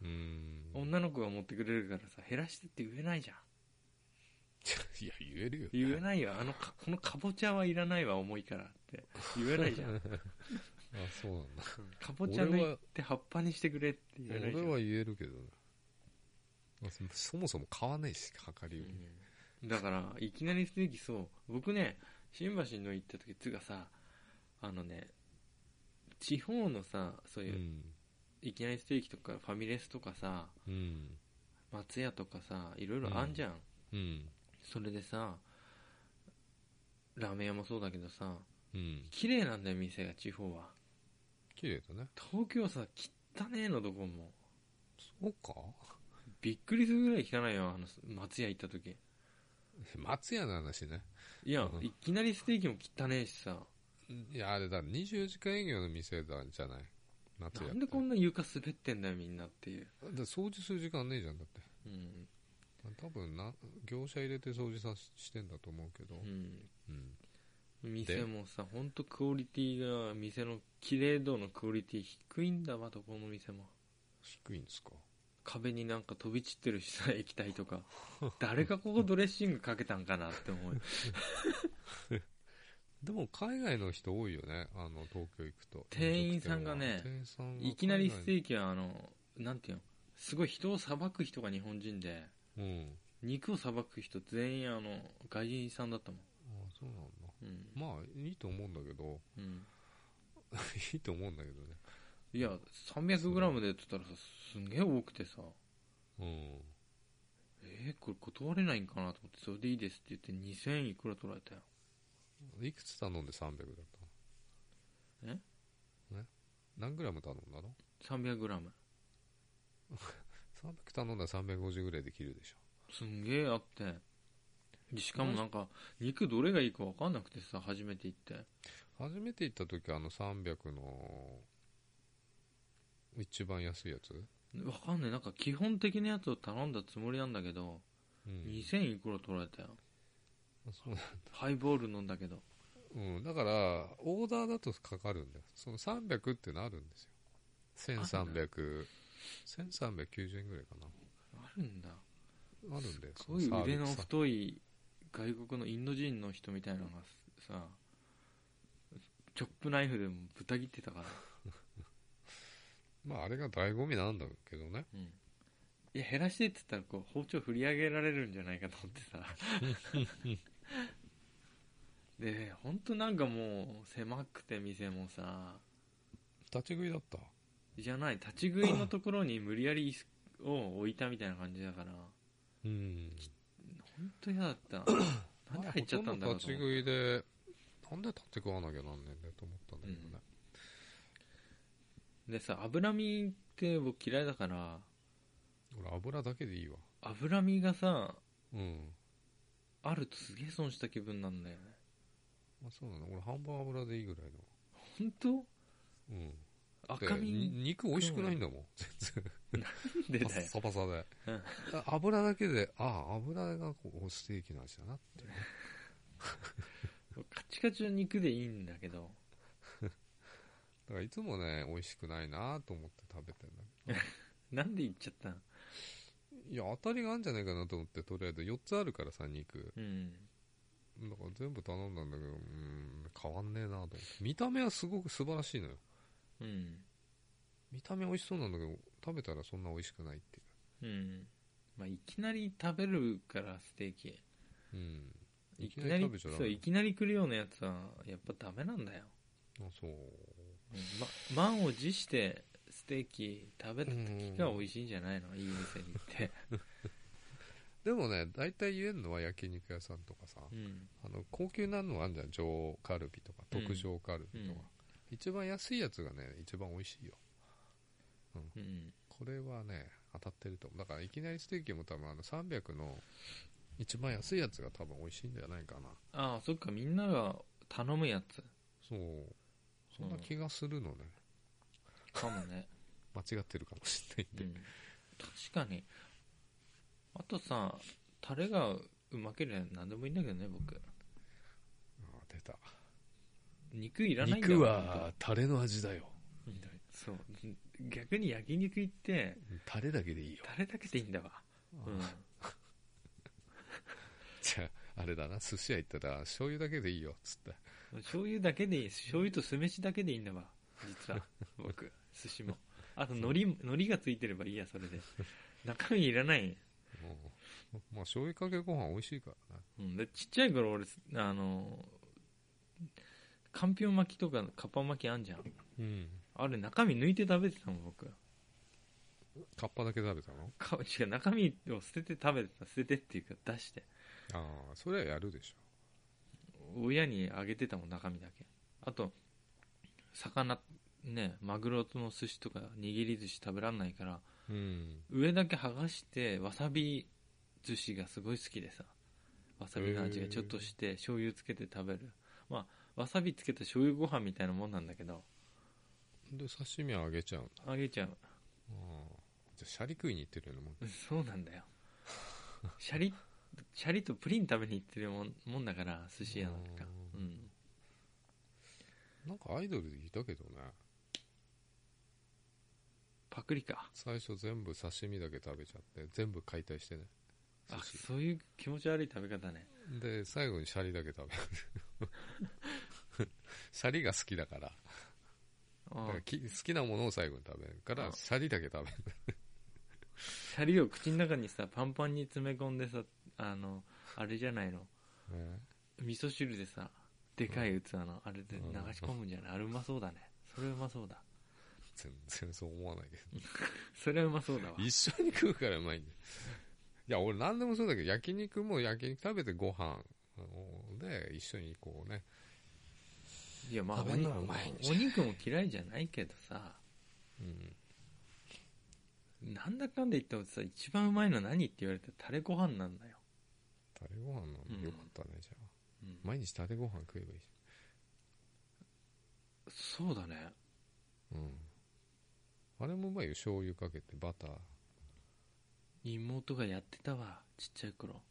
S1: うん
S2: 女の子が持ってくれるからさ減らしてって言えないじゃん
S1: いや言えるよ
S2: 言えないよあのかこのかぼちゃはいらないわ重いからって言えないじゃんうん
S1: あそうなんだ
S2: かぼちゃ抜いて葉っぱにしてくれって言えないじゃん
S1: 俺は言えるけどねまあそそもそも買わないし量り売り
S2: うんだからいきなりステーキそう僕ね新橋の行った時つうかさあのね地方のさそう
S1: う
S2: いうんいきなりステーキとかファミレスとかさ
S1: うん
S2: 松屋とかさいろいろあんじゃん、
S1: うん
S2: それでさラーメン屋もそうだけどさ
S1: うん
S2: 綺麗なんだよ店が地方は
S1: 綺麗だね
S2: 東京さ汚ねえのどこも
S1: そうか
S2: びっくりするぐらい汚いよあの松屋行った時
S1: 松屋の話ね
S2: いや、
S1: うん
S2: いきなりステーキも汚ねえしさ
S1: いや、あれだ、24時間営業の店だじゃない。夏や
S2: なんでこんな床滑ってんだよみんなっていう、
S1: だって掃除する時間ねえじゃん、だって。
S2: うん、
S1: 多分な、業者入れて掃除さしてんだと思うけど。
S2: う
S1: うん。
S2: ん、店もさ本当クオリティが店の綺麗度のクオリティ低いんだわどこの店も
S1: 低いんですか。
S2: 壁になんか飛び散ってるしさ 液体とか誰がここドレッシングかけたんかなって思う
S1: でも、海外の人多いよね、あの、東京行くと。
S2: 店員さんがね
S1: 飲食店は店員さんが海外
S2: いきなりステーキはあのなんていうのすごい人を裁く人が日本人で
S1: うん。
S2: 肉を裁く人全員あの外人さんだったもん
S1: ああ、そうなんだ。
S2: うん、
S1: まあ、いいと思うんだけど、
S2: うん、
S1: いいと思うんだけどね。
S2: いや 300g でって言ったらさすんげえ多くてさ
S1: うん。
S2: えー、これ断れないんかなと思ってそれでいいですって言って2000いくら取られたよ
S1: いくつ頼んで300だったの
S2: え
S1: ね何グラム頼んだの
S2: 300g
S1: ?300 頼んだら350ぐらいで切るでしょ。
S2: すんげえあってでしかもなんか肉どれがいいか分かんなくてさ初めて行って
S1: 初めて行った時あの300の一番安いやつ、
S2: 分かんないなんか基本的なやつを頼んだつもりなんだけど、
S1: うん
S2: 2000いくら取られたよ
S1: そう
S2: ハイボール飲んだけど
S1: うん、だからオーダーだとかかるんだよその300ってなるんですよ1300 1390円ぐらいか
S2: あるんだ
S1: なあるんだよ
S2: すごい腕の
S1: サービス
S2: 太い外国のインド人の人みたいなのがさチョップナイフでもぶった切ってたから
S1: まああれが醍醐味なんだけどね
S2: うんいや減らしてって言ったらこう包丁振り上げられるんじゃないかと思ってさ で本当なんかもう狭くて店もさ
S1: 立ち食いだった
S2: じゃない立ち食いのところに無理やり椅子を置いたみたいな感じだから
S1: うん
S2: 本当嫌だった なんで入っちゃったんだろ
S1: ほとど立
S2: うと
S1: ち
S2: 思
S1: 食いでなんで立って食わなきゃなんねんだよと思ったんだけどね、
S2: うでさ脂身って僕嫌いだから
S1: 俺油だけでいいわ
S2: 脂身がさ
S1: うん、
S2: あるとすげえ損した気分なんだよね
S1: まあ、そうなの俺半分油でいいぐらいの
S2: 本当
S1: うん
S2: 赤
S1: に
S2: 身
S1: 肉美味しくないんだもん全
S2: で
S1: 然
S2: だよ
S1: パッサパサで
S2: うん
S1: 油だけでああ油がこうステーキの味だなって
S2: そうカチカチの肉でいいんだけど
S1: だからいつもね、美味しくないなと思って食べてんだ
S2: なんで言っちゃったの
S1: けど。いや、当たりがあるんじゃないかなと思って、とりあえず4つあるからさ、肉。
S2: うん
S1: だから全部頼んだんだけど、うーん、変わんねえなと思って。見た目はすごく素晴らしいのよ。
S2: うん
S1: 見た目美味しそうなんだけど、食べたらそんな美味しくないってい
S2: うんまあいきなり食べるからステーキ
S1: う。うん。
S2: い
S1: い
S2: き
S1: き
S2: な
S1: なり
S2: り
S1: 食べちゃダ
S2: そう
S1: メ。
S2: いきなり来るようなやつはやっぱダメなんだよ、
S1: あ、そう。
S2: うんま、満を持してステーキ食べた時が美味しいんじゃないの、いい店に行って、
S1: でもね、大体言えるのは焼肉屋さんとかさ、
S2: うん、
S1: あの、高級なのあんじゃん。上カルビとか、
S2: うん
S1: 特上カルビとか。
S2: うん
S1: 一番安いやつがね、一番美味しいよ。
S2: うん、
S1: これはね、当たってると思う。だから、いきなりステーキも多分、あの、300の一番安いやつが多分美味しいんじゃないかな。
S2: ああそっかみんなが頼むやつ
S1: そう。そんな気がするのね。
S2: かもね、
S1: 間違ってるかもしれないん
S2: う
S1: で。
S2: ん、確かにあとさタレがうまければ何でもいいんだけどね僕
S1: あー出た。
S2: 肉いらないんだ
S1: 肉
S2: 本当
S1: はタレの味だよ。
S2: うんそう逆に焼肉行って
S1: タレだけでいいよ。
S2: タレだけでいいんだわうん
S1: じゃあ、あれだな、寿司屋行ったら、醤油だけでいいよ、つって。
S2: 醤油だけでいい醤油と酢飯だけでいいんだわ実は僕寿司もあと海苔も海苔がついてればいいやそれで中身いらな
S1: う
S2: い、
S1: んまあ、醤油かけご飯美味しいからね。
S2: うん、でちっちゃい頃俺あのかんぴょう巻きとかかっぱ巻きあんじゃん
S1: うん。
S2: あれ中身抜いて食べてたもん僕
S1: カッパだけ食べたの
S2: か違う中身を捨てて食べてた捨ててっていうか出して
S1: ああ、それはやるでしょ。
S2: 親にあげてたもん中身だけあと魚ねマグロの寿司とか握り寿司食べらんないから
S1: うん。
S2: 上だけ剥がしてわさび寿司がすごい好きでさわさびの味がちょっとして醤油つけて食べるまあわさびつけた醤油ご飯みたいなもんなんだけど
S1: で、刺身はあげちゃうんだ。
S2: あげちゃう
S1: ああじゃあ、シャリ食いに行ってるようなもん。
S2: そうなんだよシャリシャリとプリン食べに行ってるもんもんだから寿司屋なんか
S1: う
S2: うん
S1: なんかアイドルいたけどね。
S2: パクリか
S1: 最初全部刺身だけ食べちゃって、全部解体してね。
S2: あ
S1: 寿司
S2: そういう気持ち悪い食べ方ね
S1: で、最後にシャリだけ食べる。 シャリが好きだから。だ
S2: あ
S1: からき好きなものを最後に食べるか
S2: うん
S1: ら、シャリだけ食べる。
S2: シャリを口の中にさパンパンに詰め込んでさあのあれじゃないの
S1: ね
S2: 味噌汁でさでかい器のあれで
S1: うん
S2: 流し込むんじゃないあれうまそうだねそれうまそうだ
S1: 全然そう思わないけど。
S2: それはうまそうだわ
S1: 一緒に食うからうまいんだよ。いや、俺何でもそうだけど、焼肉も焼肉食べてご飯で一緒にこうね。
S2: いやまあお
S1: 食べん
S2: 肉
S1: のはうまいんじ
S2: お肉も嫌いじゃないけどさ
S1: うん。
S2: なんだかんで言ったことさ一番うまいの何って言われてタレご飯なんだよ、
S1: タレご飯な
S2: うん
S1: のよかったね、じゃあ。
S2: うん
S1: 毎日タレご飯食えばいいじ
S2: そうだね
S1: ゃん。うん。あれもうまいよ、醤油かけて、バター。
S2: 妹がやってたわちっちゃい頃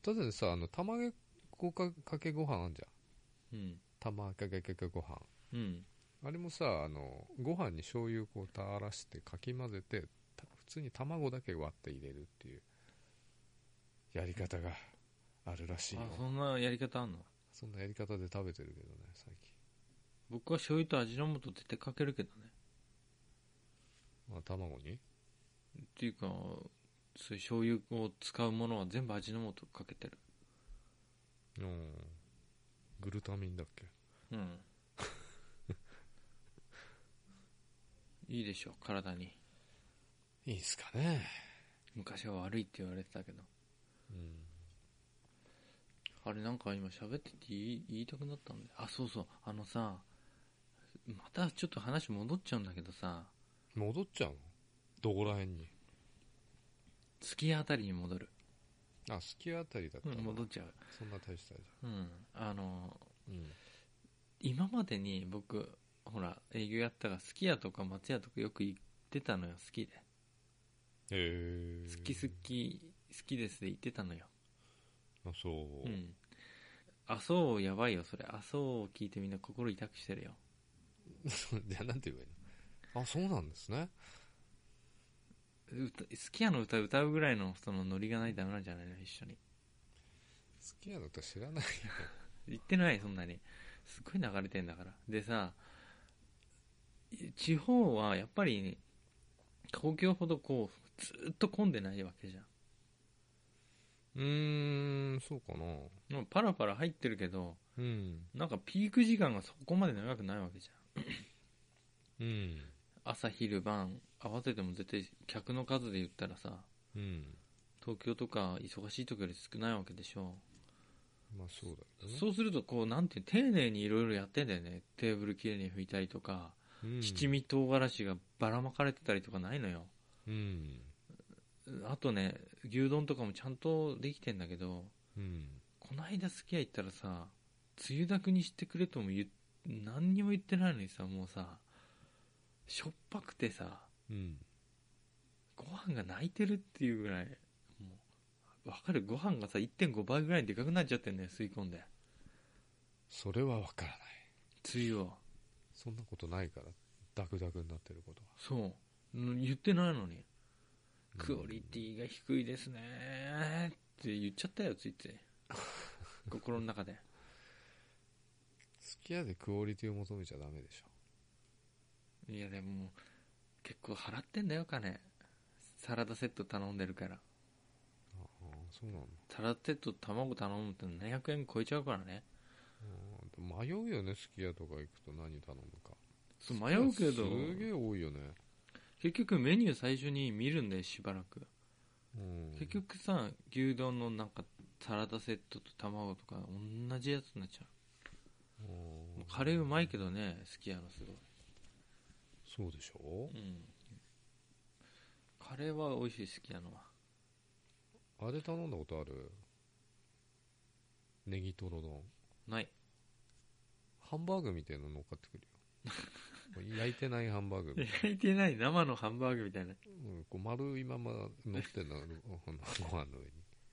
S1: ただでさ、あの、卵かかけご飯あんじゃん。
S2: うん
S1: 卵かけかけご飯。
S2: うん
S1: あれもさあのご飯に醤油をこう垂らしてかき混ぜてた普通に卵だけ割って入れるっていうやり方があるらしいよ
S2: あそんなやり方あんの
S1: そんなやり方で食べてるけどね最近、
S2: 僕は醤油と味の素絶対かけるけどね
S1: まあ、卵に
S2: っていうかそういう醤油を使うものは全部味の素かけてる
S1: うんグルタミンだっけ
S2: うん いいでしょ体に
S1: いいっすかね
S2: 昔は悪いって言われてたけど
S1: うん
S2: あれなんか今喋ってて言い言いたくなったんであそうそうあのさまたちょっと話戻っちゃうんだけどさ
S1: 戻っちゃうのどこら辺に
S2: 月屋あたりに戻る、
S1: あすき家あたりだった
S2: う
S1: ら
S2: ん、戻っちゃう
S1: そんな大したあれじ
S2: うんあの
S1: ゃんうん
S2: 今までに僕ほら営業やったからすき家とか松屋とかよく行ってたのよ好きで
S1: へえ
S2: 好き好き好きですで行ってたのよ、
S1: あそう
S2: うん、あそうやばいよそれあそうを聞いてみんな心痛くしてるよ
S1: じゃあなんて言えばいいのあそうなんですね
S2: 歌好きやの歌歌うぐらいのそのノリがないとダメなんじゃないの一緒に
S1: 好きやの歌知らない
S2: 言ってないそんなにすっごい流れてんだからでさ地方はやっぱり東京ほどこうずっと混んでないわけじゃん
S1: うーんそうかな
S2: もうパラパラ入ってるけど
S1: うん
S2: なんかピーク時間がそこまで長くないわけじ
S1: うん
S2: ゃん朝昼晩合わせても絶対客の数で言ったらさ
S1: うん
S2: 東京とか忙しい時より少ないわけでしょ
S1: まあそうだけどね
S2: そうするとこうなんていう丁寧にいろいろやってんだよねテーブルきれいに拭いたりとか、
S1: うん
S2: 七味唐辛子がばらまかれてたりとかないのよ
S1: うん
S2: あとね牛丼とかもちゃんとできてんだけど
S1: うん
S2: こないだすき家行ったらさつゆだくにしてくれとも言っ何にも言ってないのにさもうさしょっぱくてさ
S1: うん
S2: ご飯が泣いてるっていうぐらいもうわかるご飯がさ1.5倍ぐらいにでかくなっちゃってんだよ吸い込んで
S1: それは分からない
S2: つゆを
S1: そんなことないからダクダクになってることは
S2: そううん言ってないのに
S1: うん
S2: クオリティが低いですねーって言っちゃったよついつい心の中で
S1: 好きやでクオリティを求めちゃダメでしょ
S2: いやでももう結構払ってんだよ金サラダセット頼んでるから
S1: ああそうなんだ
S2: サラダセット卵頼むと700円超えちゃうからね
S1: うん迷うよねすき家とか行くと何頼むか
S2: そう迷うけど
S1: すげえ多いよね、
S2: 結局メニュー最初に見るんだよしばらく
S1: うん、
S2: 結局さ牛丼のなんかサラダセットと卵とか同じやつになっちゃう
S1: うん
S2: もうカレーうまいけどね好きやのすごい
S1: そうでしょ
S2: うんカレーは美味しい好きなのは
S1: あれ頼んだことあるネギトロ丼
S2: ない
S1: ハンバーグみたいなの乗っかってくるよ 焼いてないハンバーグ、
S2: 焼いてない生のハンバーグみたいな
S1: うん、こう丸いまま乗ってんだあの ご飯の上に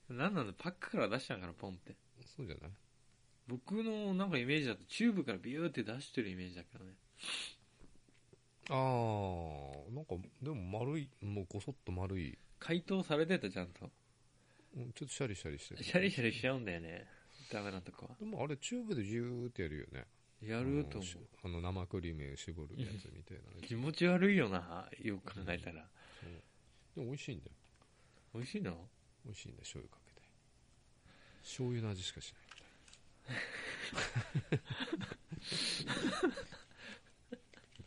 S2: 何なんだパックから出したんからポンって
S1: そうじゃない
S2: 僕のなんかイメージだとチューブからビューって出してるイメージだけどね
S1: ああなんかでも丸いもうごそっと丸い
S2: 解凍されてたちゃんと
S1: うんちょっとシャリシャリしてる
S2: シャリシャリしちゃうんだよねダメなとこは
S1: でもあれチューブでジューってやるよね
S2: やると
S1: あの
S2: 思
S1: し
S2: う
S1: あの生クリーム絞るやつみたいなやつ
S2: 気持ち悪いよなよく考えたら
S1: でも美味しいんだよ
S2: 美味しいの
S1: 美味しいんだよ醤油かけて醤油の味しかしないみたい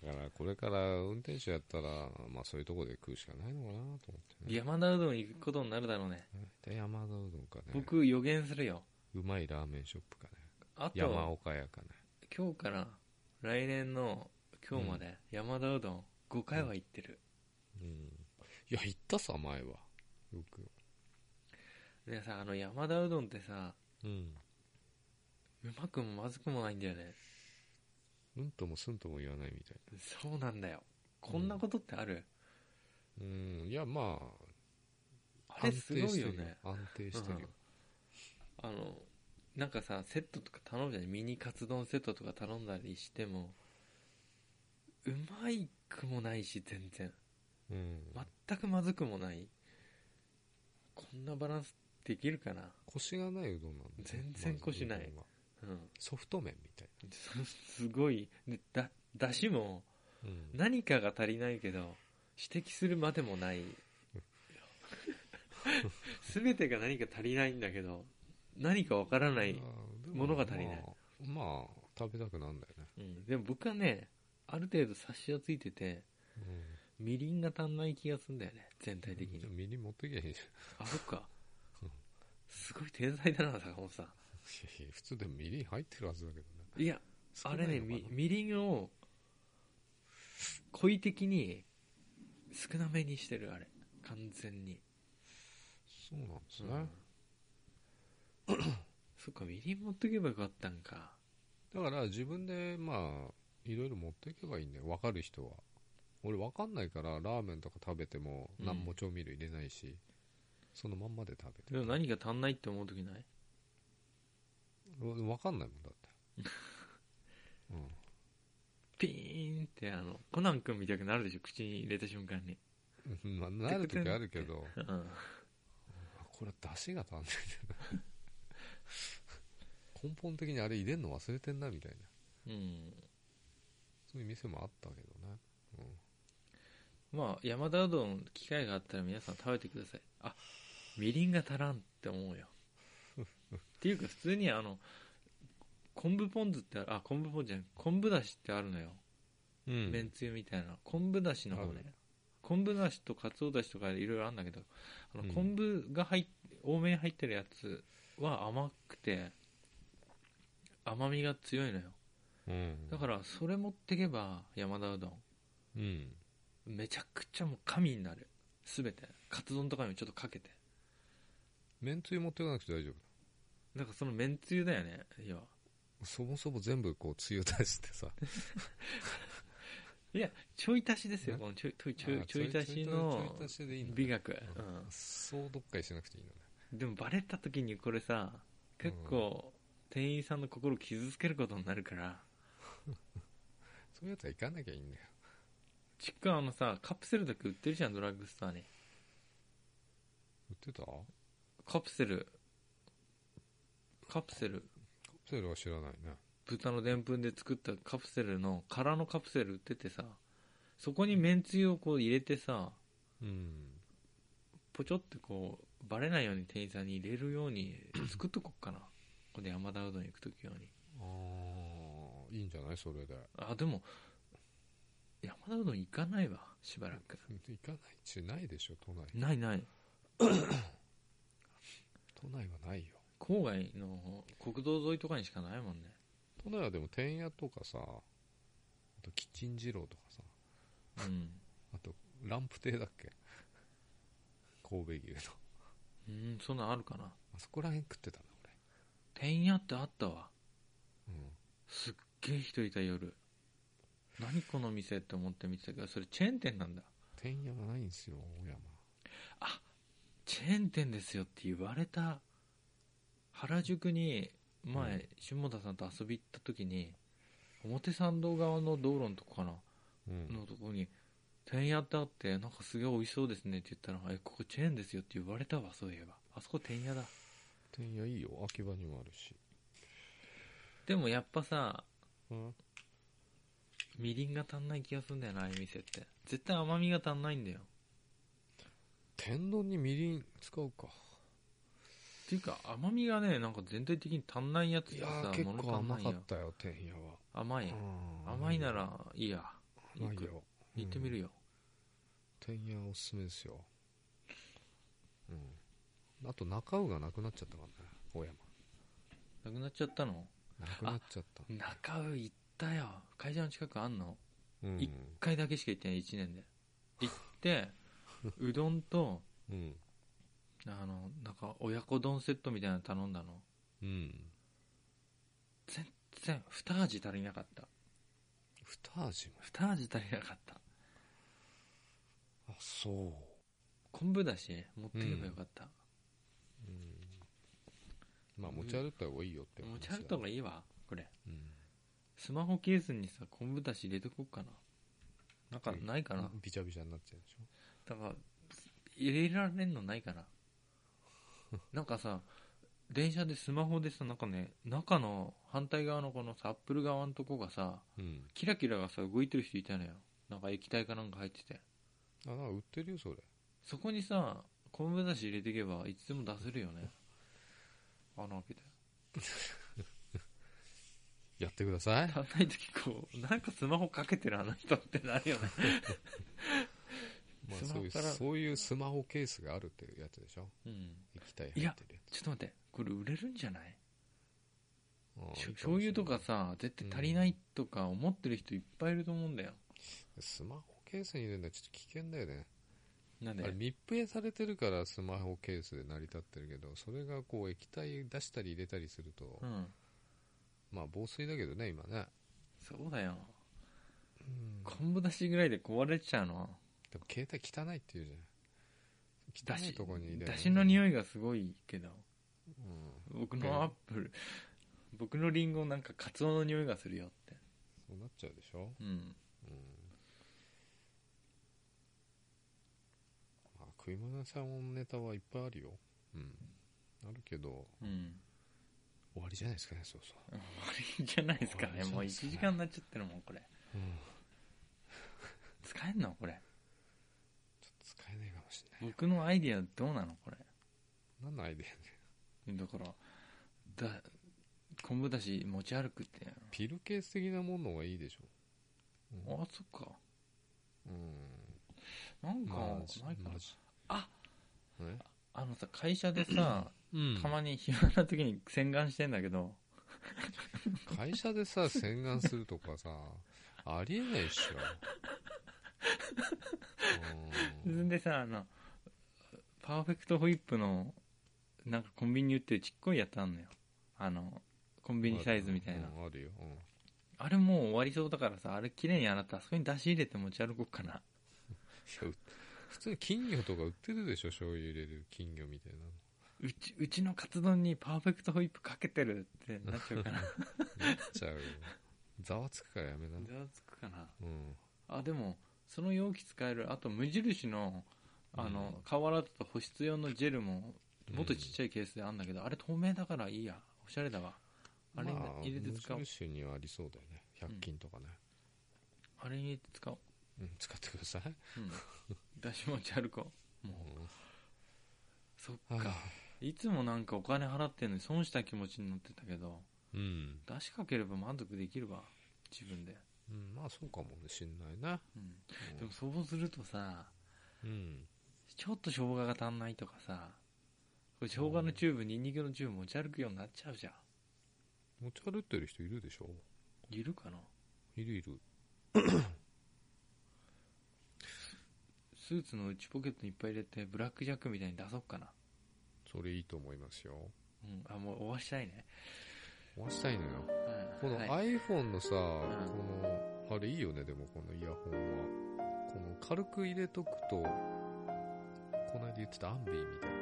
S1: なだからこれから運転手やったら、まあ、そういうとこで食うしかないのかなと思ってね
S2: 山田うどん行くことになるだろうね
S1: で山田うどんかね
S2: 僕予言するよ
S1: うまいラーメンショップかね
S2: あ
S1: 山
S2: と
S1: 岡屋かね
S2: 今日から来年の今日まで山田うどん5回は行ってる
S1: うんいや行ったさ前はよく
S2: でさあの山田うどんってさ
S1: うん
S2: うまくもまずくもないんだよね
S1: うんともすんとも言わないみたい
S2: そうなんだよこんなことってある、
S1: なうんいやまあ
S2: あれすごいよね
S1: 安定してるよ
S2: あのなんかさセットとか頼むじゃないミニカツ丼セットとか頼んだりしてもうまいくもないし全然
S1: うん、
S2: 全くまずくもないこんなバランスできるかな
S1: コシがないうどんなんだよ
S2: 全然コシな
S1: まず
S2: い
S1: うどんが
S2: うん
S1: ソフト麺みたい
S2: そすごいでだだしも
S1: な、
S2: 何かが足りないけど指摘するまでもない 全てが何か足りないんだけど何かわからない、物が足りない
S1: まあ、まあ食べたくなんだよね、
S2: うん、でも僕はねある程度察しはついててみりんが足んない気がするんだよね全体的に、
S1: うん、ミリ持ってきゃいいじゃ
S2: あそっか
S1: うん
S2: すごい天才だな坂本さん
S1: んいやいや普通でもみりん入ってるはずだけどね
S2: いや
S1: 少
S2: あ
S1: ないの
S2: れ
S1: かな
S2: ねみみりんを故意的に少なめにしてるあれ完全に
S1: そうなんですね、
S2: うん そっかみりん持ってけばよかったんか
S1: だから自分でまあいろいろ持っていけばいいんだよ分かる人は俺分かんないからラーメンとか食べても
S2: うん
S1: 何も調味料入れないし、そのまんまで食べて
S2: でも何か足んないって思う時ない
S1: わかんないもんだって。うん。
S2: ピーンってあのコナン君みたくなるでしょ口に入れた瞬間に
S1: まあ、なる時あるけど、
S2: うん
S1: これ、出汁が足んないん だよな根本的にあれ入れんの忘れてんな、みたいな。
S2: うん
S1: そういう店もあったけどね。う
S2: まあ山田うどん機会があったら皆さん食べてくださいあみりんが足らんって思 うよっていうか普通にあの昆布ポン酢ってあるあ昆布ポン酢じゃない昆布だしってあるのよ、
S1: ん。うん。
S2: めんつゆみたいな昆布だしの方
S1: あ
S2: ね昆布だしとかつおだしとかいろいろあるんだけどあの
S1: うん
S2: 昆布が入っ多めに入ってるやつは甘くて甘みが強いのよ
S1: うん。
S2: だからそれ持ってけば山田うどん
S1: うん。
S2: めちゃくちゃもう神になるすべてカツ丼とかにもちょっとかけて
S1: めんつゆ持ってかなくて大丈夫。
S2: なんかそのめんつゆだよねいや
S1: そもそも全部こう、つゆ出してさ。
S2: いやちょい足しですよ
S1: ね
S2: このちょいちょい ちょい
S1: あ
S2: ちょい足しの
S1: ちょい足しでいいんだ
S2: 美学、
S1: そうどっかにしなくていいのね。
S2: うん、でもバレた時にこれさ結構店員さんの心を傷つけることになるから
S1: そういうやつは行かなきゃいいんだよ。
S2: ちっくんあのさカプセルだけ売ってるじゃんドラッグストアに
S1: 売ってたカ
S2: カプセルカプセル
S1: プセルは知らないね。
S2: 豚のでんぷんで作ったカプセルの空のカプセル売っててさそこにめんつゆをこう入れてさ
S1: うん。
S2: ポチョってこうバレないように店員さんに入れるように作っとこっかなこれ山田うどん行く時用に
S1: ああ、いいんじゃないそれで。
S2: あでも山田うどん行かないわしばらく
S1: 行かないしないでしょ、都内。
S2: ないない
S1: 都内はないよ。
S2: 郊外の国道沿いとかにしかないもんね
S1: 都内はでも、天屋とかさ、あと、キッチン二郎とかさ、
S2: うん
S1: あと、ランプ亭だっけ神戸牛の。
S2: うんそんなんあるかな
S1: あそこらへん食ってたな、
S2: てんやってあったわ
S1: 俺。うん。
S2: すっげえ人いた夜何この店って思って見てたけどそれチェーン店なんだ
S1: 天屋がないんですよ、大山。
S2: チェーン店ですよって言われた原宿に前、
S1: うん
S2: 下田さんと遊び行った時に表参道側の道路のとこかな、
S1: うん。
S2: のとこに「店屋ってあってなんかすげえ美味しそうですね」って言ったら「えここチェーンですよ」って言われたわそういえばあそこ店屋だ
S1: 天屋いいよ、秋葉にもあるし。
S2: でもやっぱさ
S1: うん。
S2: みりんが足んない気がするんだよなああいう店って絶対甘みが足んないんだよ
S1: 天丼にみりん使うか。
S2: っていうか甘みがねなんか全体的に足んないやつっ
S1: い
S2: て
S1: や
S2: さ
S1: ー、結
S2: 物
S1: 構
S2: 足んな
S1: 甘
S2: い
S1: か
S2: よ
S1: ったよ、天屋は。
S2: 甘い甘いならいいや
S1: な
S2: 行
S1: い
S2: く
S1: よ
S2: 行ってみる
S1: よ、
S2: よ
S1: うん、てんやおすすめですようんあと中尾がなくなっちゃったからね大山
S2: なくなっちゃったの
S1: なくなっちゃった
S2: 中尾行ったよ会社の近くあんの
S1: うん
S2: 一1回だけしか行ってない1年で行って うどんと
S1: うん
S2: あのなんか親子丼セットみたいなの頼んだの
S1: うん
S2: 全然2味足りなかった
S1: 二味も
S2: 2味足りなかった
S1: あそ
S2: 昆布だし持ってけばよかった、
S1: ううんまあ持ち歩いた方がいいよって
S2: 持ち歩いた方が
S1: いい、
S2: いいわこれ
S1: うん、
S2: スマホケースにさ昆布だし入れとこうかななんか
S1: うん
S2: ないかな、
S1: ビチャビチャになっちゃうでし
S2: だから入れられんのない かななんかさ電車でスマホでさなんかね中の反対側のこのさアップル側のとこがさ
S1: ょうん
S2: キラキラがさ動いてる人いたのよなんか液体かなんか入ってて
S1: あなんか売ってるよそれ
S2: そこにさ昆布だし入れていけばいつでも出せるよね穴開けて
S1: やってください
S2: 足んない時こうなんかスマホかけてるあの人ってなるよね
S1: まあ
S2: スマ
S1: そう
S2: ホ
S1: いう
S2: から
S1: そういうスマホケースがあるっていうやつでしょ
S2: うん
S1: 液体入ってるや
S2: ちょっと待ってこれ売れるんじゃない
S1: つうん
S2: しょ醤油とかさ絶対足りないとか思ってる人いっぱいいると思うんだよ、
S1: スマホケースに入れるのはちょっと危険だよね
S2: なん
S1: あれ
S2: で
S1: 密閉されてるからスマホケースで成り立ってるけどそれがこう液体出したり入れたりすると、
S2: うん
S1: まあ防水だけどね今ね、
S2: そうだよ
S1: うん、
S2: 昆布だしぐらいで壊れちゃうの
S1: でも携帯汚いって言うじゃ
S2: だ
S1: ん汚い
S2: し
S1: とこに入れ
S2: だしの匂
S1: い、
S2: いがすごいけど
S1: うん
S2: 僕のアップル僕のリンゴなんかカツオの匂いがするよって
S1: そうなっちゃうでしょ
S2: うん
S1: うんまあ食い物屋さんのネタはいっぱいあるようんあるけど
S2: うん
S1: 終わりじゃないですかねそうそう
S2: 終わりじゃないですかね
S1: 終
S2: もう
S1: わりじゃないですかね
S2: 1時間になっちゃってるもんこれ
S1: うん
S2: 使えんのこれ
S1: ちょっと使えないかもしれない
S2: 僕のアイディアどうなのこれ
S1: 何のアイデアね
S2: だからだ昆布だし持ち歩くって
S1: ピルケース的なものがいいでしょ
S2: あそっか
S1: うん
S2: なんか
S1: ま
S2: ないかな
S1: まじ
S2: あ
S1: え
S2: あのさ会社でさ
S1: うん
S2: たまに暇な時に洗顔してんだけど
S1: 会社で さ洗顔するとかさありえないっしょ
S2: そ
S1: うん
S2: れでさあのパーフェクトホイップのなんかコンビニに売ってるちっこいやつあんのよあのコンビニサイズみたいな
S1: うんあるよ、うん
S2: あれもう終わりそうだからさあれ綺麗に洗ったあそこに出し入れて持ち歩こうかない
S1: やう普通に金魚とか売ってるでしょ醤油入れる金魚みたいなの
S2: うちうちのカツ丼にパーフェクトホイップかけてるってなっちゃ うかな
S1: なっちゃうよざわつくからやめな
S2: ざわつくかな
S1: うん
S2: あでもその容器使えるあと無印のあの、
S1: うん
S2: 瓦だと保湿用のジェルももっとちっちゃいケースであんだけど、あれ透明だからいいやおしゃれだわあれ
S1: まあ
S2: 入れて使おう、
S1: 無印にはありそうだよね100均とかね、
S2: あ、れ入れて使おう、
S1: うん使ってください、
S2: うん、出し持ち歩こ うもうそっ
S1: うん
S2: かいつもなんかお金払ってんのに損した気持ちになってたけど
S1: うん、
S2: 出しかければ満足できるわ自分で、
S1: うん、まあそうかもしんないな、
S2: うん、
S1: うん、
S2: でもそうするとさ
S1: うん
S2: ちょっと生姜が足んないとかさこれ生姜のチューブニンニクのチューブ持ち歩くようになっちゃうじゃん
S1: 持ち歩いてる人いるでしょ
S2: いるかない
S1: るいる
S2: スーツの内ポケットにいっぱい入れてブラックジャックみたいに出そうかな
S1: それいいと思いますよ
S2: うんあもう終わしたいね、
S1: 終わしたいのよ
S2: うん
S1: この
S2: はい
S1: iPhone のさ、
S2: ん
S1: このあれいいよねでもこのイヤホンはこの軽く入れとくとこの間言ってたアンビーみたいな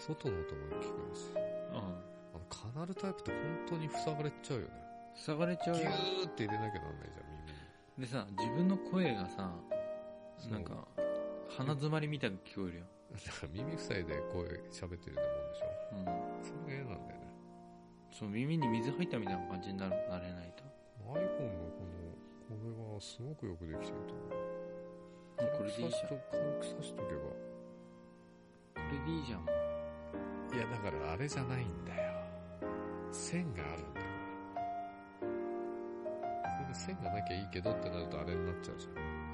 S1: 外の音も聞こえるし
S2: うん
S1: あのカナルタイプって本当に塞がれちゃうよね
S2: 塞がれちゃう
S1: ギ
S2: よ
S1: ューって入れなきゃなんないじゃん耳に
S2: でさ自分の声がさ
S1: そう
S2: なんか鼻詰まりみたいに聞こえるよ、
S1: だから耳塞いで声喋ってるようなもんでしょ
S2: うん、
S1: それが嫌なんだよね
S2: そう耳に水入ったみたいな感じになるなれないと
S1: iPhone のこのこれはすごくよくできてると思う
S2: もうこれでいいじゃん
S1: 軽く刺しと軽く刺しとけば
S2: これでいいじゃん
S1: いやだからあれじゃないんだよ線があるんだよそれで線がなきゃいいけどってなるとあれになっちゃうじ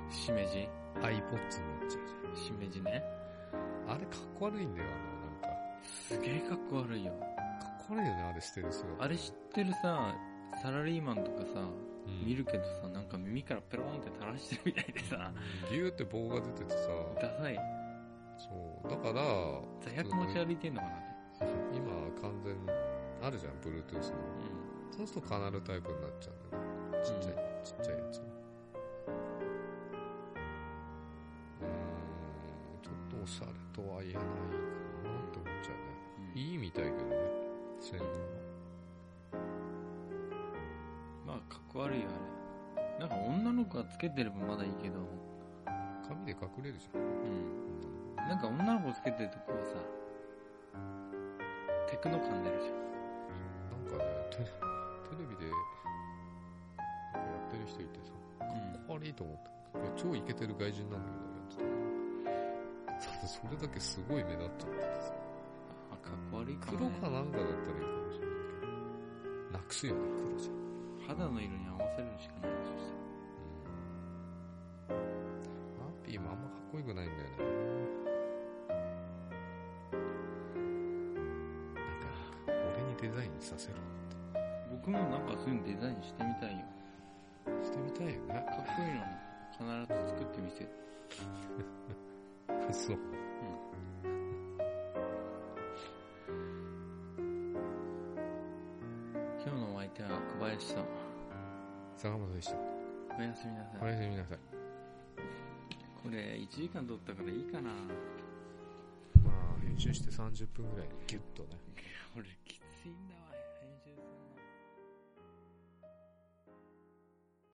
S2: しめ
S1: ゃん
S2: じ
S1: iPods になっちゃうじ
S2: しめじね
S1: ゃんあれかっこ悪いんだよあのなん
S2: すげえかっこ悪いよ
S1: かかっこ悪いよねあれしてる姿
S2: あれ知ってるさサラリーマンとかさ
S1: うん
S2: 見るけどさなんか耳からペロンって垂らしてるみたいでさ
S1: ギューって棒が出ててさ
S2: ダサい
S1: そうだから
S2: 座薬持ち歩いてんのかな
S1: 今完全あるじゃん Bluetooth の
S2: う
S1: そうするとカナルタイプになっちゃうんだよね。ちっちゃい、ちっちゃいやつ。うーん、ちょっとおしゃれとは言えないかなって思っちゃうね。
S2: ん
S1: いいみたいけどね、性能は。
S2: まあかっこ悪いよあれなんか女の子がつけてればまだいいけど
S1: 紙で隠れるじゃん。
S2: うんなんか女の子つけてるとこはさテクノ感出るじゃん
S1: なんかね、テレテレビでなんかやってる人いてさ、
S2: うん
S1: かっこ悪いと思った。いや超イケてる外人なんだけど、やってたの。ただそれだけすごい目立っちゃっててさ。
S2: あかっこ悪いかも、
S1: 黒
S2: ね、
S1: かなんかだったらいいかもしれないけど。なくすよね、黒じゃん。
S2: 肌の色に合わせるのしかないそしたら
S1: マッピーもあんまかっこよくないんだよね。なんか、俺にデザインさせろっ
S2: 僕もなんかそういうのデザインしてみたいよ
S1: て。してみたいよね。
S2: かっこいいの必ず作ってみせる
S1: そう。
S2: 今日のお相手は小林さん
S1: 坂本でした。
S2: おやすみなさい、
S1: おやすみなさい。
S2: これ1時間撮ったからいいかな
S1: まあ、編集して30分ぐらいギュッとね。
S2: 俺きついんだよ